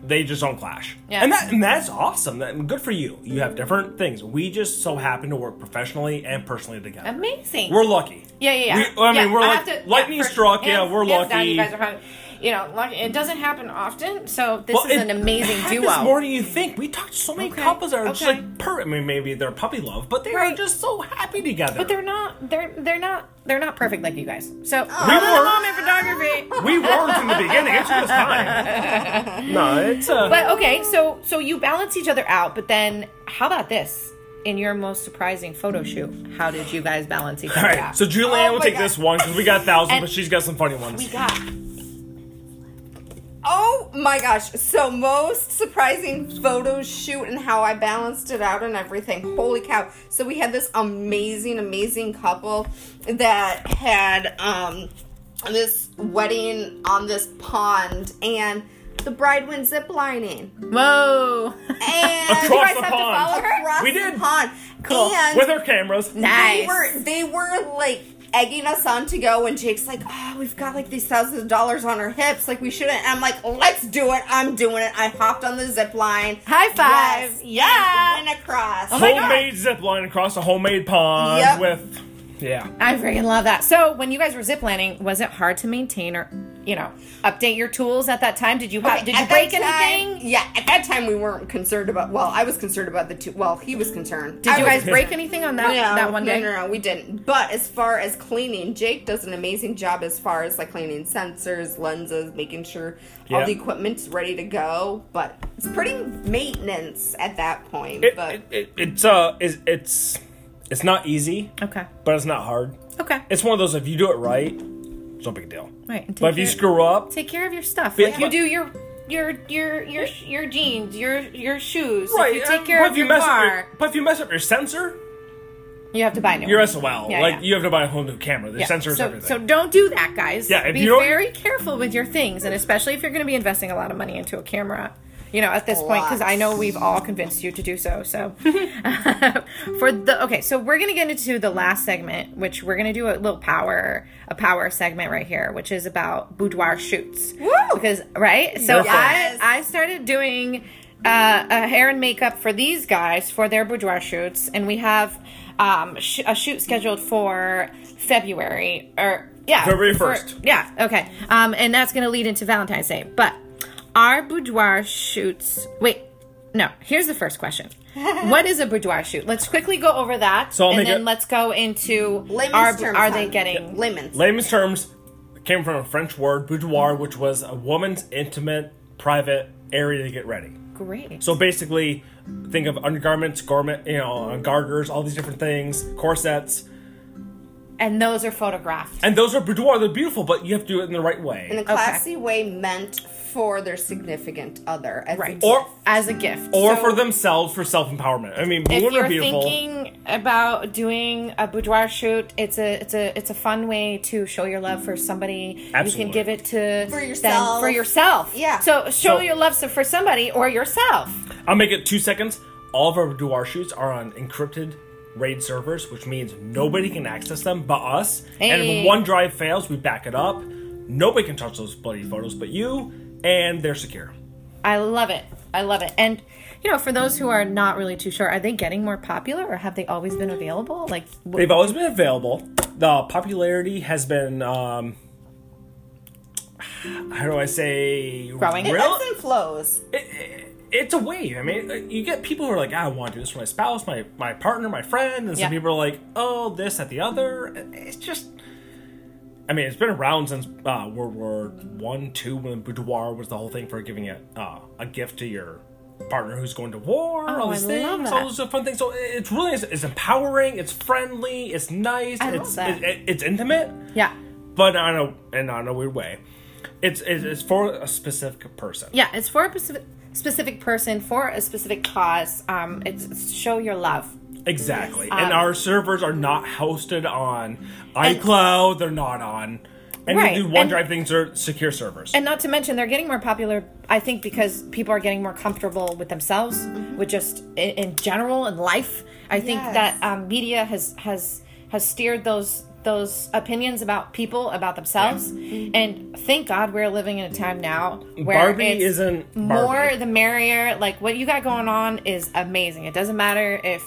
S2: they just don't clash.
S1: Yeah.
S2: And that and that's awesome. That, good for you. You have different things. We just so happen to work professionally and personally together.
S1: Amazing.
S2: We're lucky.
S1: Yeah, yeah, yeah.
S2: We, I mean,
S1: Yeah,
S2: we're
S1: I
S2: like
S1: have to-
S2: lightning
S1: yeah, for-
S2: struck. yeah,
S1: hands-
S2: we're
S1: hands
S2: lucky.
S1: down, you guys are having, you know, lucky. It doesn't happen often, so this is
S2: it-
S1: an amazing
S2: it
S1: duo.
S2: happens more than you think. We talked to so many
S1: Okay,
S2: couples that are just
S1: okay.
S2: like per. I mean, maybe they're puppy love, but they are
S1: Right.
S2: just so happy together.
S1: but they're not. They're they're not. They're not perfect like you guys. So
S3: Oh.
S2: we
S1: mom
S2: weren't.
S1: in photography.
S2: We weren't in the beginning. It took us time. No, it's uh,
S1: But okay, so so you balance each other out, but then how about this? In your most surprising photo shoot, how did you guys balance each
S2: all
S1: other
S2: right.
S1: out?
S2: So Julianne
S3: Oh
S2: will
S3: my
S2: take
S3: God.
S2: this one because we got thousands,
S1: And-
S2: but she's got some funny ones.
S1: we got
S3: Oh my gosh. So most surprising photo shoot and how I balanced it out and everything. Holy cow. So we had this amazing, amazing couple that had um this wedding on this pond and the bride went zip lining.
S1: whoa.
S3: And
S2: Across
S3: you guys
S2: the
S3: have
S2: pond.
S3: to follow her across
S2: We
S3: the
S2: did.
S3: pond.
S1: Cool.
S3: And
S2: with our cameras.
S1: nice.
S3: they were they were like egging us on to go and Jake's like, oh, we've got like these thousands of dollars on our hips, like we shouldn't. And I'm like, let's do it. I'm doing it. I hopped on the zip line.
S1: High five.
S3: Yes.
S1: Yeah. Oh
S3: Went across.
S1: my God.
S2: homemade zip line across a homemade pond
S3: Yep.
S2: with, yeah.
S1: I freaking love that. So when you guys were ziplining, was it hard to maintain or you know update your tools at that time? Did you ha-
S3: Okay,
S1: did
S3: at
S1: you
S3: that
S1: break
S3: time-
S1: anything?
S3: Yeah, at that time we weren't concerned about. Well, I was concerned about the two. Well, he was concerned.
S1: Did
S3: I
S1: you
S3: was
S1: guys break anything on that
S3: No,
S1: that one day?
S3: No, no, no, we didn't. But as far as cleaning, Jake does an amazing job as far as like cleaning sensors, lenses, making sure all
S2: Yeah.
S3: the equipment's ready to go. But it's pretty maintenance at that point.
S2: It,
S3: but
S2: it, it, it's uh, it's, it's it's not easy,
S1: Okay.
S2: but it's not hard.
S1: Okay.
S2: It's one of those if you do it right, it's no big deal.
S1: Right. and take
S2: But if you
S1: care-
S2: screw up,
S1: take care of your stuff.
S2: Yeah.
S1: Like you do your your your your your jeans, your your shoes. If
S2: right?
S1: you
S2: uh,
S1: take care
S2: but
S1: of
S2: if you
S1: your
S2: mess
S1: car,
S2: up your, but if you mess up your sensor,
S1: you have to buy a new.
S2: you're
S1: one.
S2: SOL.
S1: Yeah,
S2: like
S1: yeah.
S2: you have to buy a whole new camera. The
S1: Yeah.
S2: sensors
S1: so,
S2: everything.
S1: So don't do that, guys.
S2: Yeah, if
S1: be
S2: you don't-
S1: very careful with your things, and especially if you're going to be investing a lot of money into a camera. You know, at this
S3: A
S1: point, because
S3: lot.
S1: I know we've all convinced you to do so. So, for the okay, so we're gonna get into the last segment, which we're gonna do a little power, a power segment right here, which is about boudoir shoots.
S3: Woo!
S1: Because right, so
S2: Perfect.
S3: Yes.
S1: I I started doing uh, a hair and makeup for these guys for their boudoir shoots, and we have um, sh- a shoot scheduled for February or yeah,
S2: February
S1: for-
S2: 1st.
S1: yeah, okay, um, and that's going to lead into Valentine's Day. But our boudoir shoots. Wait, no. Here's the first question. what is a boudoir shoot? Let's quickly go over that,
S2: So I'll
S1: and
S2: make
S1: then
S2: a-
S1: let's go into
S3: Layman's
S1: are,
S3: terms,
S1: are
S3: hon.
S1: they getting
S3: lemons?
S2: layman's terms it came from a French word boudoir, which was a woman's intimate, private area to get ready.
S1: Great.
S2: So basically, think of undergarments, garment, you know, uh, garters, all these different things, corsets,
S1: and those are photographed.
S2: and those are boudoir. They're beautiful, but you have to do it in the right
S3: In a
S2: way.
S3: classy way meant for their significant other. as a
S1: Right.
S3: gift.
S2: Or
S1: as a gift.
S2: or
S3: So-
S2: for themselves for self empowerment. I mean,
S1: if
S2: women
S1: you're
S2: are beautiful.
S1: thinking about doing a boudoir shoot, it's a it's a it's a fun way to show your love for somebody. You
S2: Absolutely.
S1: can give it to
S3: For
S1: them-
S3: yourself.
S1: for yourself.
S3: Yeah.
S1: So show
S2: So-
S1: your love for somebody or yourself.
S2: I'll make it two seconds. All of our boudoir shoots are on encrypted RAID servers, which means nobody can access them but us. And
S1: Hey.
S2: if one drive fails, we back it up. Nobody can touch those bloody photos but you, and they're secure.
S1: I love it. I love it. And you know, for those who are not really too sure, are they getting more popular or have they always been available? Like w-
S2: They've always been available. The popularity has been, um, how do I say,
S1: Growing.
S3: It
S2: real-
S3: ebbs and flows.
S2: it's a wave. I mean, you get people who are like, "Ah, I want to do this for my spouse, my my partner, my friend, and some
S1: Yeah.
S2: people are like, oh, this at the other. It's just, I mean, it's been around since uh, World War One, Two, when boudoir was the whole thing for giving a uh, a gift to your partner who's going to war. all
S1: Oh, I
S2: these
S1: love
S2: things,
S1: that.
S2: all those fun things. So it- it's really it's, it's empowering. It's friendly. It's nice.
S1: love
S2: it's
S1: that.
S2: It, it, it's intimate
S1: yeah.
S2: but on a and on a weird way. It's it's, it's for a specific person.
S1: Yeah, it's for a specific specific person for a specific cause. Um it's, it's show your love.
S2: Exactly.
S1: Um,
S2: and our servers are not hosted on iCloud. They're not on any
S1: Right,
S2: of the
S1: and-
S2: OneDrive things are secure servers.
S1: And not to mention, they're getting more popular, I think, because people are getting more comfortable with themselves, with just in, in general in life. I think
S3: Yes.
S1: that um, media has has has steered those those opinions about people about themselves, and thank God we're living in a time now where
S2: Barbie
S1: it's
S2: isn't Barbie.
S1: more the merrier. Like what you got going on is amazing. It doesn't matter if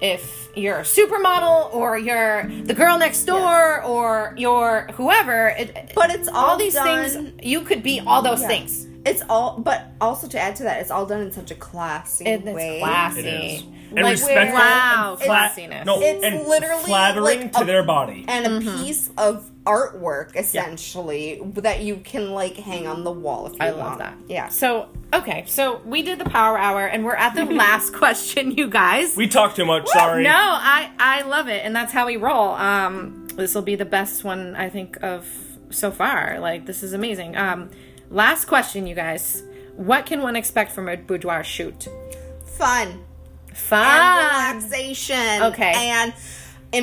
S1: if you're a supermodel or you're the girl next door or you're whoever. It,
S3: But it's all,
S1: all these things
S3: done-
S1: you could be all those
S3: Yeah.
S1: things
S3: It's all, but also to add to that, it's all done in such a classy
S1: and it's
S3: way.
S1: classy
S2: It is. And
S1: Like,
S2: respectful
S1: wow
S2: and flat.
S1: classiness
S2: No,
S3: It's
S2: and
S3: literally
S2: flattering
S3: like
S2: to
S3: a-
S2: their body.
S3: and a
S1: Mm-hmm.
S3: piece of artwork essentially that you can like hang on the wall if you
S1: i
S3: want.
S1: love that
S3: Yeah.
S1: so okay so we did the power hour and we're at the last question you guys
S2: we talk too much. Sorry.
S1: no i i love it and that's how we roll um this will be the best one i think of so far like this is amazing um last question you guys what can one expect from a boudoir shoot
S3: fun and
S1: fun
S3: relaxation.
S1: Ah. Okay.
S3: And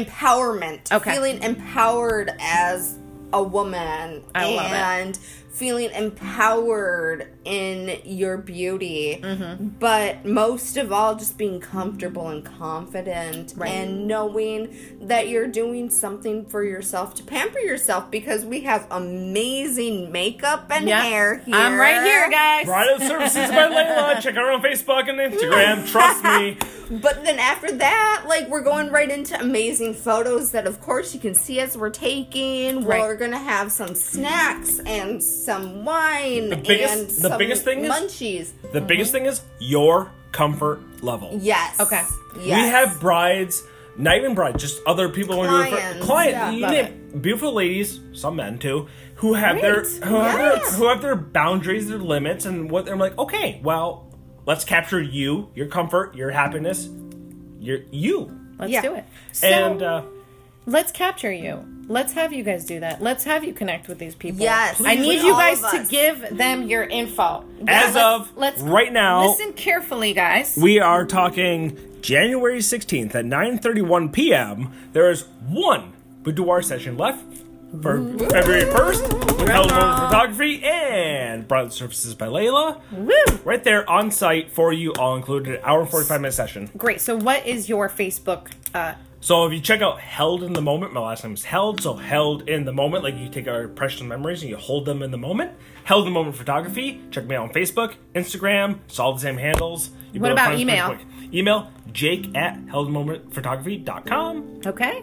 S3: empowerment.
S1: Okay.
S3: Feeling empowered as a woman.
S1: I love it.
S3: and feeling empowered in your beauty.
S1: Mm-hmm.
S3: But most of all, just being comfortable and confident and knowing that you're doing something for yourself to pamper yourself because we have amazing makeup and
S1: Yeah.
S3: hair here.
S1: i'm right here guys
S2: Bridal services by Layla. Check her on Facebook and Instagram. Trust me.
S3: But then after that, like we're going right into amazing photos that, of course, you can see as we're taking.
S1: Right.
S3: We're gonna have some snacks and some wine
S2: biggest-
S3: and
S2: the
S3: some
S2: biggest thing is-
S3: munchies.
S2: The biggest thing is your comfort level.
S3: yes.
S1: Okay.
S3: Yes.
S2: We have brides, not even brides, just other people who are doing
S3: Clients,
S2: for, client.
S3: yeah.
S2: you
S1: Love
S2: name- beautiful ladies, some men too, who have their
S1: Great.
S2: who, have
S3: Yes.
S2: their who have their boundaries, their limits, and what they're like. Okay, well, let's capture you, your comfort, your happiness, your you,
S1: let's
S3: Yeah.
S1: do it so,
S2: and uh,
S1: let's capture you. Let's have you guys do that. Let's have you connect with these people.
S3: Yes,
S1: I
S3: Please.
S1: need
S3: with
S1: you
S3: all
S1: guys
S3: of
S1: to
S3: us.
S1: give them your info. let's-
S2: as of
S1: let's
S2: right now,
S1: Listen carefully, guys.
S2: we are talking January sixteenth at nine thirty one p.m. There is one boudoir session left. For February 1st, with Hell's Own Photography and Bridal Services by Layla.
S1: Woo!
S2: Right there on site for you, all included, an hour and 45 minute session.
S1: Great. So, what is your Facebook? Uh,
S2: So if you check out Held in the Moment, my last name is Held, so Held in the Moment, like you take our precious memories and you hold them in the moment. Held in the Moment Photography, check me out on Facebook, Instagram, it's all the same handles. You'll
S1: What
S2: be able to
S1: about
S2: find us pretty
S1: email?
S2: quick. Email jake at heldinthemomentphotography.com.
S1: okay.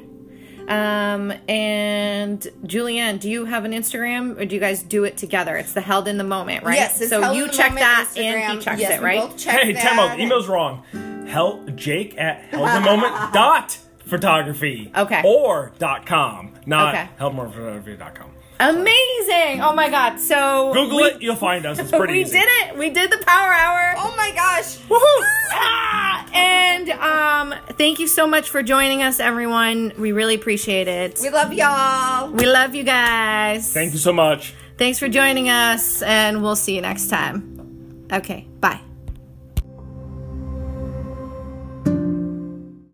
S1: Um, and Julianne, do you have an Instagram or do you guys do it together? It's the held in the moment, right?
S3: Yes. it's
S1: so
S3: held
S1: you
S3: in the
S1: check
S3: moment
S1: that
S3: Instagram.
S1: and he checks
S3: yes,
S1: it,
S3: we
S1: right?
S3: both check
S2: Hey,
S3: that.
S2: time out, the email's wrong. Hel jake at heldinthemoment dot photography.
S1: Okay.
S2: Or dot com, not
S1: Okay.
S2: heldinthemomentphotography.com.
S1: Amazing! Oh my god! So
S2: Google
S1: we,
S2: it, you'll find us. It's pretty
S1: we
S2: easy.
S1: did it. We did the Power Hour.
S3: Oh my gosh.
S1: Ah! And um, thank you so much for joining us, everyone. We really appreciate it.
S3: We love y'all.
S1: We love you guys.
S2: Thank you so much.
S1: Thanks for joining us, and we'll see you next time. Okay, bye.